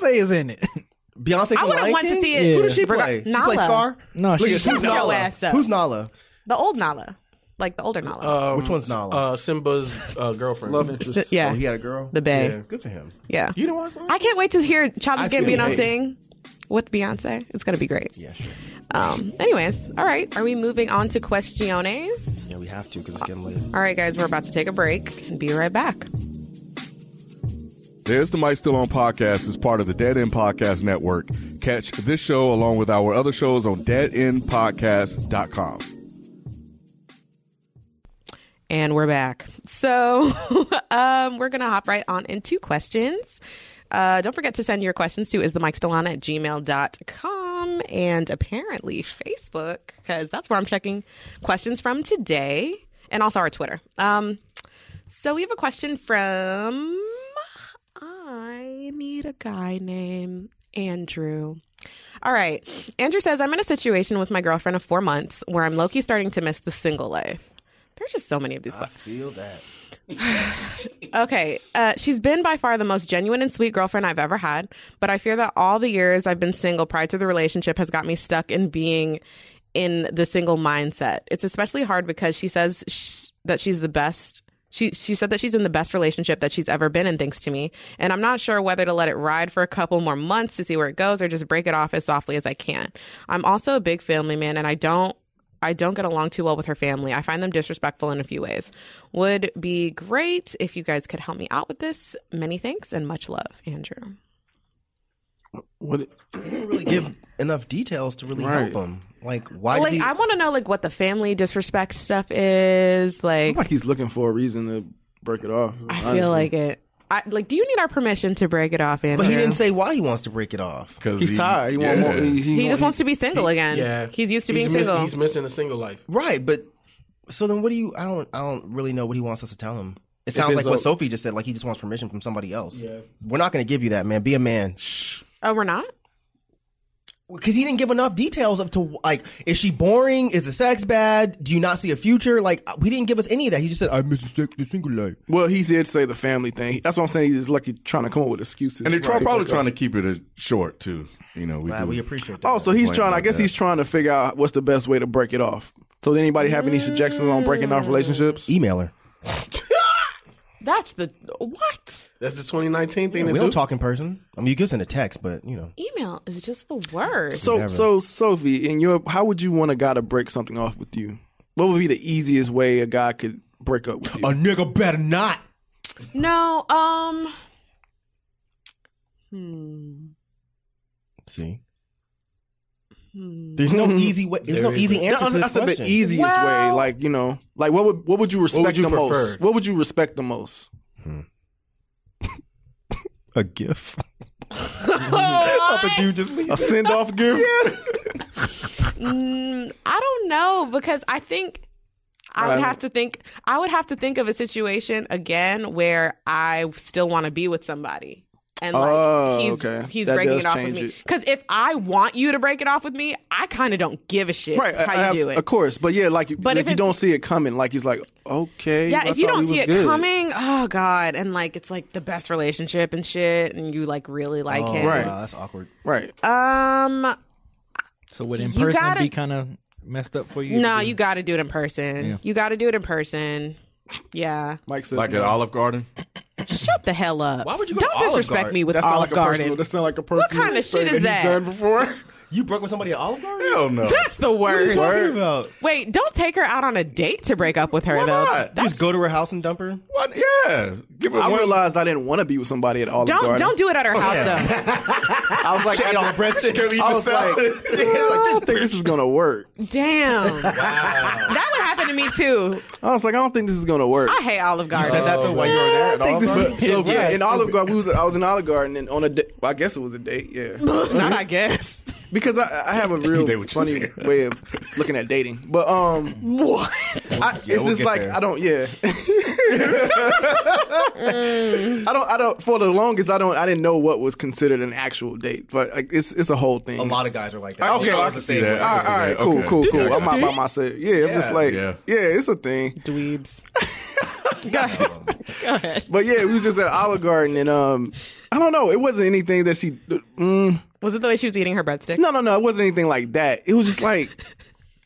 Beyonce is in it.
Beyonce.
I
from
wouldn't
Lion
want to
King?
see it.
Who does she
Regar-
play? She plays
Nala.
Scar.
No,
Look
she-
at-
Shut
who's
your
Nala?
ass up.
Who's Nala?
the old Nala, like the older Nala.
Um,
Which one's Nala?
Uh, Simba's uh, girlfriend.
Love interest.
S- yeah,
Oh, he had a girl.
The Bay.
Yeah, good for him.
yeah.
You didn't watch that?
I can't wait to hear Childish
I feel
Gambino
hate.
sing with Beyonce. It's gonna be great.
Yeah, sure.
Um. Anyways, all right. Are we moving on to questiones?
Yeah, we have to because it's getting late.
All right, guys. We're about to take a break and be right back.
There's the Mic Still On podcast is part of the Dead End Podcast Network. Catch this show along with our other shows on deadendpodcast.com.
And we're back. So um, we're going to hop right on into questions. Uh, don't forget to send your questions to is the Mike Stellana at gmail.com and apparently Facebook, because that's where I'm checking questions from today and also our Twitter. Um, so we have a question from I need a guy named Andrew. All right. Andrew says, I'm in a situation with my girlfriend of four months where I'm low key starting to miss the single life. There's just so many of these.
I feel that.
Okay. Uh, she's been by far the most genuine and sweet girlfriend I've ever had, but I fear that all the years I've been single prior to the relationship has got me stuck in being in the single mindset. It's especially hard because she says sh- that she's the best. She she said that she's in the best relationship that she's ever been in thanks to me, and I'm not sure whether to let it ride for a couple more months to see where it goes or just break it off as softly as I can. I'm also a big family man and I don't I don't get along too well with her family. I find them disrespectful in a few ways. Would be great if you guys could help me out with this. Many thanks and much love, Andrew.
What?
really give enough details to really help him. Like why?
like
does he,
I want to know like what the family disrespect stuff is. Like
like he's looking for a reason to break it off.
I feel like it. I like. Do you need our permission to break it off, Andrew?
but he didn't say why he wants to break it off.
Because
He's tired. He want more- he-
He just wants to be single again. He's used to being single.
missing a single life. Right, but so then what do you? I don't. I don't really know what he wants us to tell him. It
If
sounds
it's
like what
a-
Sophie just said. Like he just wants permission from somebody else.
Yeah.
We're not going to give you that, man. Be a man.
oh, we're not.
Because he didn't give enough details of to like, is she boring? Is the sex bad? Do you not see a future? Like he didn't give us any of that. He just said, "I miss the sex- the single life."
Well, he did say the family thing. That's what I'm saying. He's lucky trying to come up with excuses.
And they're try- probably trying to keep it uh, short too. You know, we do-
Oh, so he's
Like
trying. I guess
that.
he's trying to figure out what's the best way to break it off. So, did anybody have any suggestions on breaking off relationships?
Email her.
That's the what?
That's the 2019
thing
We
to
don't
do.
talk in person. I mean, you can send a text, but you know.
Email is just the worst.
So, so Sophie, in your, how would you want a guy to break something off with you? What would be the easiest way a guy could break up with you?
A nigga better not.
no. Um. Hmm.
See,
hmm.
there's no easy way. There's no easy answer
I,
to this
I said
question.
the easiest way,
Well-
like you know, like what would what would you Hmm. respect
you
the
prefer?
most? What would you respect the most?
a gift.
a send off gift.
Mm, I don't know because I think I would
Right.
have to think. I would have to think of a situation again where I still want to be with somebody, and like
Oh,
he's
okay.
he's
That
breaking
does
it off with
change
me.
it.
Because if I want you to break it off with me, I kind of don't give a shit
Right,
how
I-
you
I
do
abs-
it.
of course, but yeah, like,
But
like
if
you
it's-
don't see it coming, like he's like, okay,
yeah,
I
if you
thought
don't
we
see
was
it
good.
coming, oh god, and like it's like the best relationship and shit, and you like really like
Oh,
him.
Uh,
wow, that's awkward.
right?
Um,
So would
You
in person
gotta-
be kind of messed up for you?
no, you got to do it in person.
Yeah.
You got to do it in person. Yeah.
Mike says
like
no.
at Olive Garden.
Shut the hell up.
Why would you go
Don't
to Olive
disrespect
Garden?
me with
That sound
Olive
like a
Garden.
personal-
that sound like a
What
personal
kind of
thing
shit is
he's
that?
done before.
You broke with somebody at Olive Garden?
Hell no.
That's the
What are you
worst.
talking about?
Wait, don't take her out on a date to break up with her though.
You just go to her house and dump her.
What? Yeah. Give it
I
one.
realized I didn't want to be with somebody at Olive
Don't
Garden.
don't do it
Oh,
at her house
I was like,
Shit,
I,
all the breadsticks. Can't we eat
I was
the
like,
salad?
I don't think this is gonna work.
though. Damn. That would happen to me too.
I was like, I don't think this is gonna work.
I hate Olive Garden.
there at Olive Garden?
So
Yeah,
yeah,
it's
in Olive Garden, we was, I was in Olive Garden, and on a da- well, I guess it was a date, yeah.
Not I guess.
because I, I have a
They
real
would just
funny
figure it out.
way of looking at dating, but um,
What?
I, it's
Yeah, we'll
just
get
like
there.
I don't, yeah.
Mm.
I don't, I don't. For the longest, I don't, I didn't know what was considered an actual date, but like it's it's a whole thing.
A lot of guys are like that.
Okay,
Well,
I
was
can
the
see
same
that.
way.
all right, all right, cool,
Okay.
cool,
This
cool.
is
I'm
a
out by
thing?
myself. Yeah, I'm just
Yeah.
like,
Yeah.
yeah. it's a thing.
Dweebs. go ahead. Go ahead.
But yeah, we was just at Olive Garden, and um, I don't know. It wasn't anything that she. Mm,
Was it the way she was eating her breadstick?
no, no, no. It wasn't anything like that. It was just like,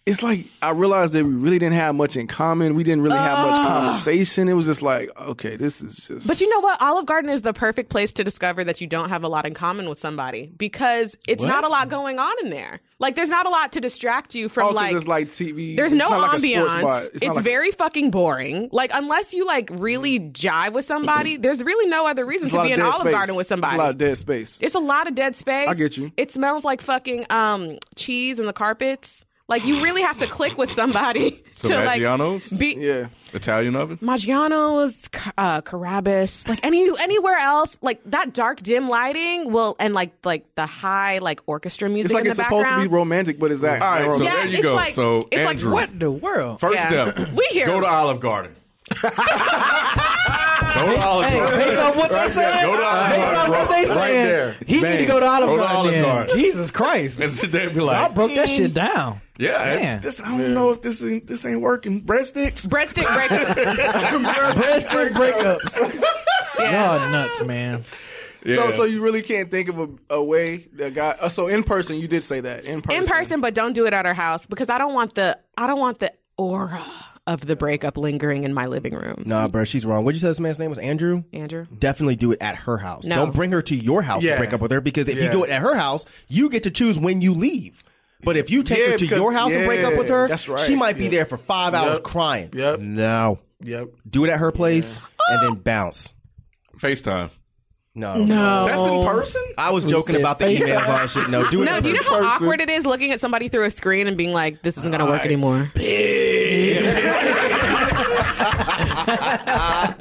it's like I realized that we really didn't have much in common. We didn't really have much conversation. It was just like, okay, this is just.
Ah. But you know what? Olive Garden is the perfect place to discover that you don't have a lot in common with somebody because it's
What?
not a lot going on in there. Like, there's not a lot to distract you from
Oh,
also,
like.
there's like TV.
there's
it's
no
not like a sports
ambiance.
bar.
it's
not like a- Mm.
very fucking boring. Like unless you like really jive with somebody, there's really no other reason
it's
to
a lot
be
of
in
dead
Olive
space.
Garden with somebody.
It's a lot of dead space.
It's a lot of dead space.
I get you.
It smells like fucking um cheese in the carpets. Like you really have to click with somebody
Some
to like
Maggiano's?
be
yeah.
Italian oven.
Maggiano's, uh, Carabas, like any anywhere else, like that dark dim lighting will, and like like the high like orchestra music
It's like
in
it's
the
supposed to
background.
be romantic, but it's that.
All right, so
Yeah,
there you
it's
go.
like-
so
it's like,
Andrew,
What in the world?
first
Yeah.
step,
We here.
go to Olive Garden.
Hey, hey, based on what they said,
Go to Olive
based
Garden,
on what
bro.
they
Right
saying,
there.
he
Bang.
need to go to Olive
Go to
Garden.
Olive
then.
Garden.
Jesus Christ!
And sit there and be like,
Y'all broke that shit
"Mm,
down.
Yeah,
Man.
this I don't know if this ain't, this ain't working. Breadsticks,
breadstick breakups,
breadstick breakups. Y'all nuts, man.
So, so you really can't think of a, a way that guy. Uh, so in person, you did say that in person.
in person, but don't do it at our house because I don't want the I don't want the aura of the breakup lingering in my living room.
Nah, bro, she's wrong. What'd you say this man's name was? Andrew?
Andrew.
Definitely do it at her house.
No.
Don't bring her to your house
Yeah.
to break up with her because if
Yeah.
you do it at her house, you get to choose when you leave. But if you take
Yeah,
her to
because-
your house and break up with
yeah,
her,
that's right.
she might be
Yeah.
there for five hours
Yep.
crying.
Yep.
No.
Yep.
Do it at her place and then bounce.
FaceTime.
No.
No.
That's in person?
I was
Who
joking
said
about the
FaceTime?
emails and all that shit. No, do it
No,
in
do you know
person.
how awkward it is looking at somebody through a screen and being like, "This isn't going to work anymore." Uh,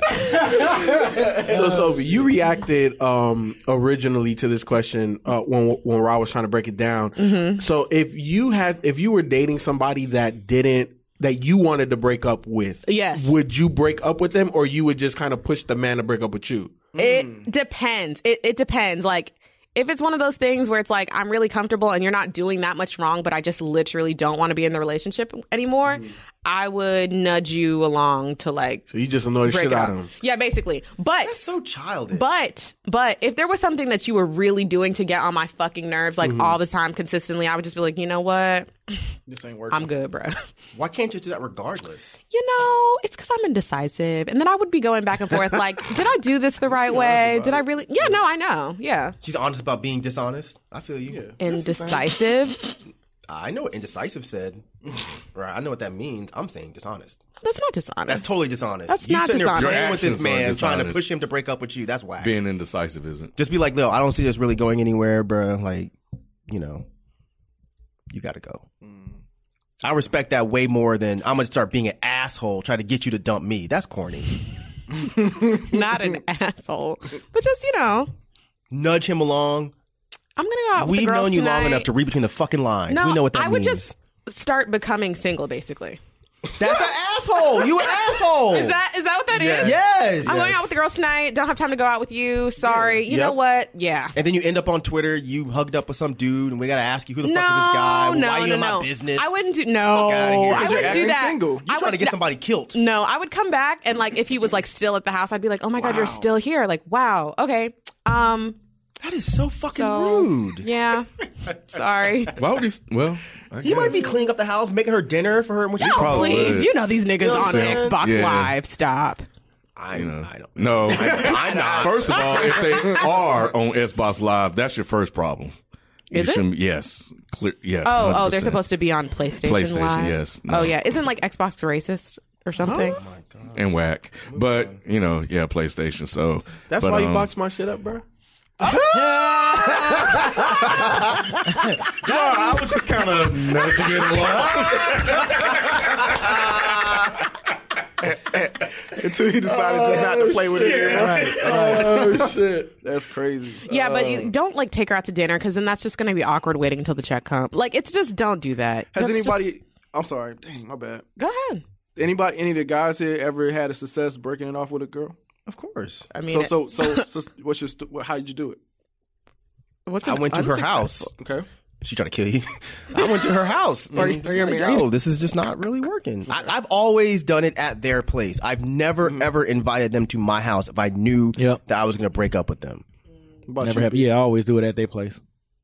so Sophie, you reacted um, originally to this question uh, when when Ra was trying to break it down.
Mm-hmm.
So if you had if you were dating somebody that didn't that you wanted to break up with,
Yes.
would you break up with them or you would just kind of push the man to break up with you?
Hmm.
It depends. It, it depends. Like, if it's one of those things where it's like, I'm really comfortable and you're not doing that much wrong, but I just literally don't want to be in the relationship
Hmm.
anymore, I would nudge you along to like.
So you just annoy the
break
shit
it
out
up.
of him.
Yeah, basically. But.
That's so childish.
But but if there was something that you were really doing to get on my fucking nerves like
Mhm.
all the time consistently, I would just be like, you know what?
This
ain't
I'm good, bro.
Why can't you do that regardless?
You know, it's because I'm indecisive, and then I would be going back and forth like, did I do this the right way? Did I really? Yeah, no, I know. Yeah,
She's honest about being dishonest. I feel you.
indecisive.
I know what indecisive said. right, I know what that means. I'm saying dishonest.
That's not dishonest.
That's totally dishonest.
That's
you
not
sitting there
dishonest.
playing
Your
with this
actions are
man, trying to
dishonest.
push him to break up with you. That's whack.
Being indecisive isn't.
Just be like, no, I don't see this really going anywhere, bruh. Like, you know, you got to go.
Mm.
I respect that way more than I'm gonna start being an asshole trying to get you to dump me. That's corny.
not an asshole, but just you know,
Nudge him along.
I'm gonna go out. with the
We've
girls
known you long
tonight.
enough to read between the fucking lines.
No,
we know what that
I would
means.
just start becoming single, basically.
That's an asshole. You an asshole.
Is that is that what that is?
Oh. Yes. Yes.
I'm going
Yes.
out with the girls tonight. Don't have time to go out with you. Sorry. You know
Yep.
what? Yeah.
And then you end up on Twitter. You hugged up with some dude, and we gotta ask you who the
no,
fuck is this guy?
no,
Why
no,
you in
no.
my business?
I wouldn't do
Fuck outta
no.
here.
I
You're
wouldn't do
acting
that.
single. You're
I
trying
would-
to get somebody killed.
No, I would come back and like if he was like still at the house, I'd be like, oh my god, you're still here. Like wow, okay. Um,
that is so fucking rude.
Yeah. Sorry.
Why would he? s- Well, I
He might be cleaning up the house, making her dinner for her when she
No,
probably
please.
would.
You know these niggas
You know what
on
I'm saying?
Xbox
Yeah.
Live. Stop.
I, I don't.
No,
I- I'm not.
First of all, if they are on Xbox Live, that's your first problem. You
Is it?
shouldn't- Yes. Clear. Yes.
oh, oh, they're
100%.
supposed to be on PlayStation.
PlayStation,
Live.
yes. No.
Oh yeah, isn't like Xbox racist or something?
and whack. But you know, yeah, PlayStation. So
That's
but,
why you
um,
boxed my shit up, bro.
No, I was just kind of nudging it along.
Until he decided
Oh,
just not to play with it. anymore.
Oh shit,
that's crazy.
Yeah, but
Uh,
you don't like take her out to dinner because then that's just going to be awkward waiting until the check comes. Like, it's just don't do that.
Has
That's
anybody?
just-
I'm sorry. Dang, my bad.
Go ahead.
Anybody, any of the guys here ever had a success breaking it off with a girl?
Of course.
I mean,
so so so, so what's your st- what- how did you do it?
What's
I went to her house.
Okay.
She trying to kill you. I went to her house.
Or-
and
or you're
like,
married.
Yo, this is just not really working. I, I've always done it at their place. I've never ever invited them to my house if I knew that I was going to break up with them.
Never happen. Yeah, I always do it at their place.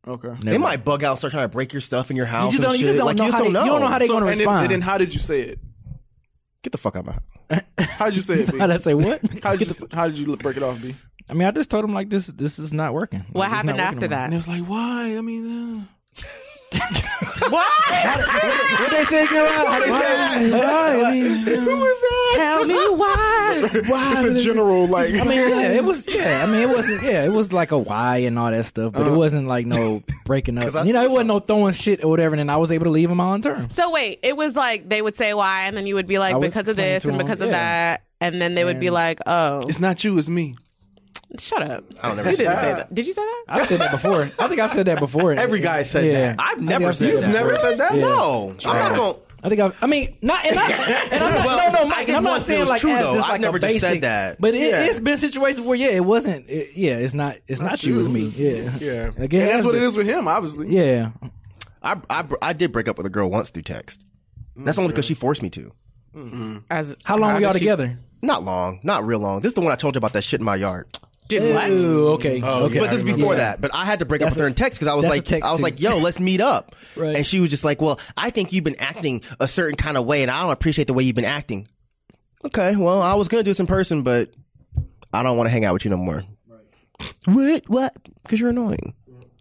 Okay.
They
Never.
might bug out, and start trying to break your stuff in your house.
just
and
don't- you just
shit.
don't
like,
know
you just
how
don't
they-
know.
you don't know how they So, gonna
And then, and then how did you say it?
Get the fuck out of my house.
How did you say it? B?
How'd I say what?
How did you how did you break it off, B?
I mean, I just told him like this. This is not working. Like,
What
it's not
happened
working
after
no more.
that?
And it was
like, why? I mean, uh,
what?
What they say, girl? What
they
Why? Why? I mean,
Who was that?
Tell me why.
why?
It's a general like.
I mean, yeah, it was. Yeah, I mean, it wasn't. Yeah, it was like a why and all that stuff, but
Uh-huh.
it wasn't like no breaking up. You know, it wasn't no throwing shit or whatever. And then I was able to leave him on term.
So wait, it was like they would say why, and then you would be
I
like
was
because of
explaining
this
to
and
them,
because of
yeah.
that, and then they would be like, oh,
It's not you, it's me.
shut up.
I don't ever
You
say
didn't
that.
say that. Did you say that?
I've said that before. I think I've said that before.
Every guy said
Yeah.
that.
I
I've
think
never
I've said that
said that.
before. Yeah.
No, I'm not
Right.
going.
I think I've, I mean, not, and, I, and I'm not,
Well,
no, no,
I
Mike,
did
and I'm not
once and it
saying
was
like
true,
as
though.
just
I've
like
never
a
just
basic,
said that.
But it,
Yeah.
it's been situations where, yeah, it wasn't, it, yeah, it's not, it's not, you, it's me. Yeah.
Yeah.
Again,
and that's what it
but-
is with him, obviously.
Yeah.
I, I br- I did break up with a girl once through text. That's only because she forced me to.
As
How long were y'all
did she-
together?
Not long, not real long. This is the one I told you about that shit in my yard.
Did what? Ew, okay, Oh, okay.
But this
I
is before
remember.
that. But I had to break
That's
up with her
a-
in text because I was
that's a
like,
text
I was
too.
like, yo, let's meet up. And she was just like, well, I think you've been acting a certain kind of way, and I don't appreciate the way you've been acting. Okay, well, I was gonna do this in person, but I don't want to hang out with you no more. What? What? Because you're annoying.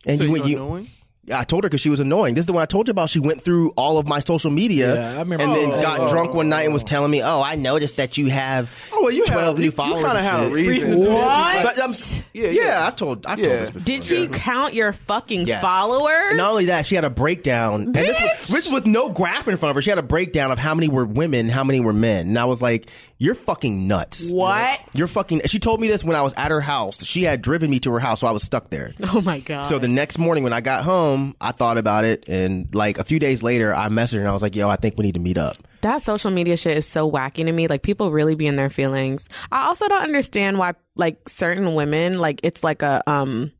And
So
you,
you're
you
annoying?
Yeah, I told her because she was annoying. This is the one I told you about. She went through all of my social media
Yeah, I remember
and then
that.
got
Oh.
drunk one night and was telling me, "Oh, I noticed that you have
Oh, well, you
12
have-
new
you- you
followers."
kinda
and
have a
shit.
reason to. What?
But, um, yeah, I told I told
Yeah.
this before.
Did she count your fucking
Yes.
followers?
And not only that, she had a breakdown, and this was, which with no graph in front of her, she had a breakdown of how many were women, how many were men, and I was like, "You're fucking nuts."
What?
You're fucking. She told me this when I was at her house. She had driven me to her house, so I was stuck there.
Oh my god.
So the next morning when I got home, I thought about it, and like a few days later, I messaged her and I was like, "Yo, I think we need to meet up."
That social media shit is so wacky to me. Like people really be in their feelings. I also don't understand why like certain women like it's like a um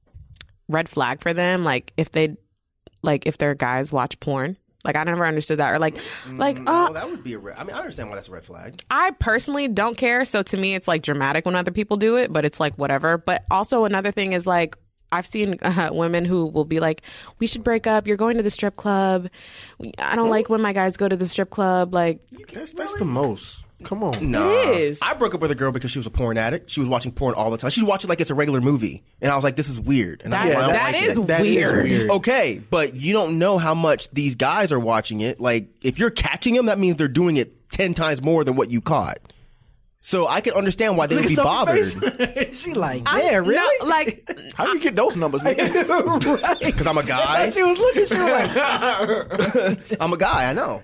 red flag for them. Like if they like if their guys watch porn. Like I never understood that. Or like like uh
that would be a red. I mean, I understand why that's a red flag.
I personally don't care. So to me, it's like dramatic when other people do it, but it's like whatever. But also another thing is like. I've seen uh, women who will be like, "We should break up. You're going to the strip club. I don't like when my guys go to the strip club. Like,
That's that's the most.
Come on.
No,
is.
I broke up with a girl because she was a porn addict. She was watching porn all the time. She'd watch it like it's a regular movie, and I was like, "This is weird." And I
That-
don't- I don't
that
like
is
it.
That is weird. weird.
Okay, but you don't know how much these guys are watching it. Like, if you're catching them, that means they're doing it ten times more than what you caught. So I can understand why they would be bothered
she like,
I-
yeah,
no,
really?
like,
How do you get those numbers?
right.
because I'm a guy.
She was looking. She was like,
I'm a guy. I know.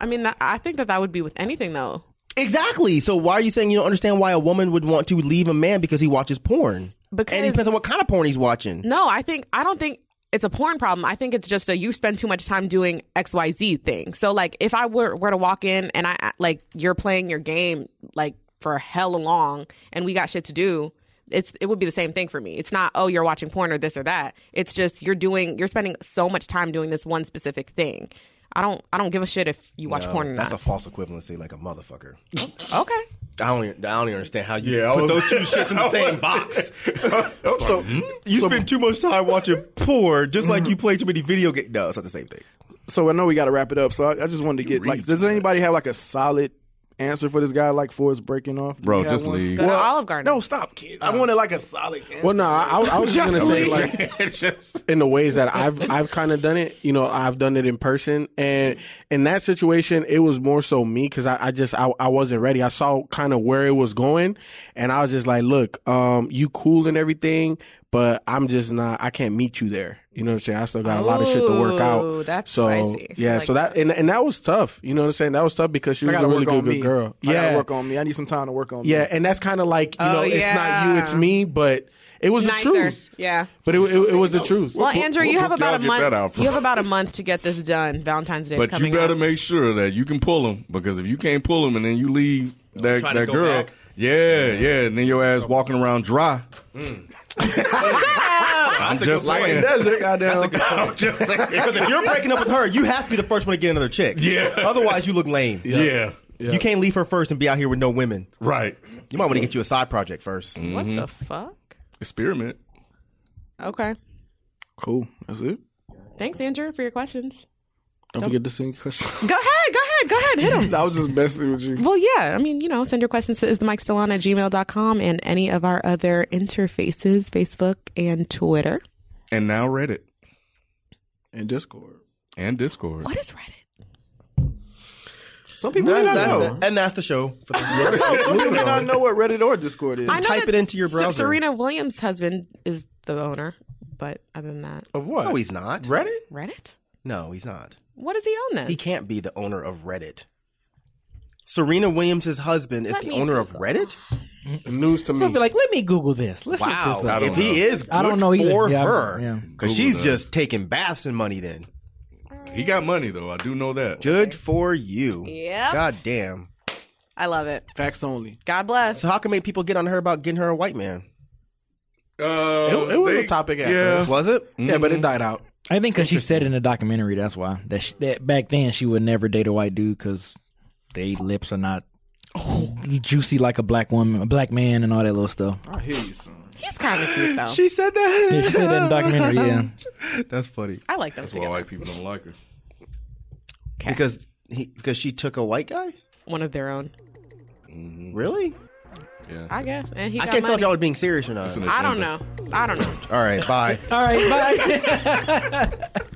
I mean, that, I think that that would be with anything though.
Exactly. So why are you saying you don't understand why a woman would want to leave a man because he watches porn?
Because-
and it depends on what kind of porn he's watching.
No, I think I don't think it's a porn problem. I think it's just a you spend too much time doing X Y Z thing. So like if I were were to walk in and I like you're playing your game like for hella long and we got shit to do. It's it would be the same thing for me. It's not oh you're watching porn or this or that. It's just you're doing you're spending so much time doing this one specific thing. I don't I don't give a shit if you watch
No,
porn or
Uh, That's a
not.
false equivalency, like a motherfucker.
okay.
I don't. Even, I don't even understand how you
Yeah, I
put
was-
those two shits in
I
the
was-
same box.
so-
you spend too much time watching porn, just like you play too many video games. No, it's not the same thing.
So I know we got to wrap it up. So I, I just wanted to get like, does anybody have like a solid answer for this guy? Like for his breaking off,
Bro,
You got
just
one? Uh-huh.
leave.
Go to Olive Garden.
No, stop, kid. I wanted like a solid. answer.
Well, no, I, I, I was just
Just
gonna say
leave.
like in the ways that I've I've kind of done it. You know, I've done it in person, and in that situation, it was more so me because I, I just I, I wasn't ready. I saw kind of where it was going, and I was just like, "Look, um, you cool and everything, but I'm just not. I can't meet you there. You know what I'm saying? I still got a lot of shit to work
Ooh,
out.
that's
so
spicy.
yeah,
Like
so that and and that was tough. You know what I'm saying? That was tough because she
I
was
gotta
a really
work
good,
on
good
me.
girl.
I
Yeah,
gotta work on me. I need some time to work on.
yeah,
me.
and that's kind of like you
Oh,
know, it's not
yeah.
you, it's me, but it was
Nicer.
the truth.
Yeah.
But it, it, it was the truth.
Well, Andrew, you have
book
about a
y'all get that out
month.
from?
You have about a month to get this done. Valentine's Day is
But
coming
you better
up.
make sure that you can pull them because if you can't pull them and then you leave that
try to
that
go
girl,
back.
yeah, yeah, and then your ass walking around dry.
Hmm.
I'm just saying.
That's a good point. I'm just saying. Because if you're breaking up with her, you have to be the first one to get another chick.
Yeah.
Otherwise, you look lame.
Yeah. Yeah.
You can't leave her first and be out here with no women.
Right.
You might want to get you a side project first.
What the fuck?
Experiment.
Okay.
Cool. That's it.
Thanks, Andrew, for your questions.
Don't forget to send questions.
Go ahead. Go ahead. Go ahead. Hit them.
I was just messing with you.
Well, yeah. I mean, you know, send your questions to isthemikestillon at gmail.com and any of our other interfaces, Facebook and Twitter.
And now Reddit
and Discord
and Discord.
What is Reddit?
Some people may not
That-
know.
that- and that's the show. For the
Some people may not know what Reddit or Discord is.
I know
Type
that
it into your
S-
browser.
Serena Williams' husband is the owner, but other than that,
Of
No, he's not.
Reddit?
Reddit?
No, he's not.
What does he own then?
He can't be the owner of Reddit. Serena Williams' husband is
Let
the
me
owner of Reddit?
News to
So I feel like, let me Google this. Let's look
wow.
this up.
If he is good
I don't know either.
for
Yeah, I don't-
her,
yeah.
because she's just taking baths and money then.
He got money though. I do know that.
Good for you.
Yep.
God damn.
I love it.
Facts only.
God bless.
So how come ain't people get on her about getting her a white man?
Uh,
it, it was a topic at first.
Was it?
Yeah, but it died out.
I think because she said in the documentary, that's why that she, that back then she would never date a white dude because they lips are not Oh. juicy like a black woman, a black man, and all that little stuff.
I hear you, son.
He's kind of cute though.
She said that.
Yeah, she said that in the documentary. Yeah,
That's funny.
I like those
That's why
together.
white people don't like her.
Because he because she took a white guy?
One of their own.
Really?
Yeah.
I guess. And he
I
got
can't tell if
money.
y'all are being serious or not.
I don't know. I don't know.
All right, bye.
All right, bye.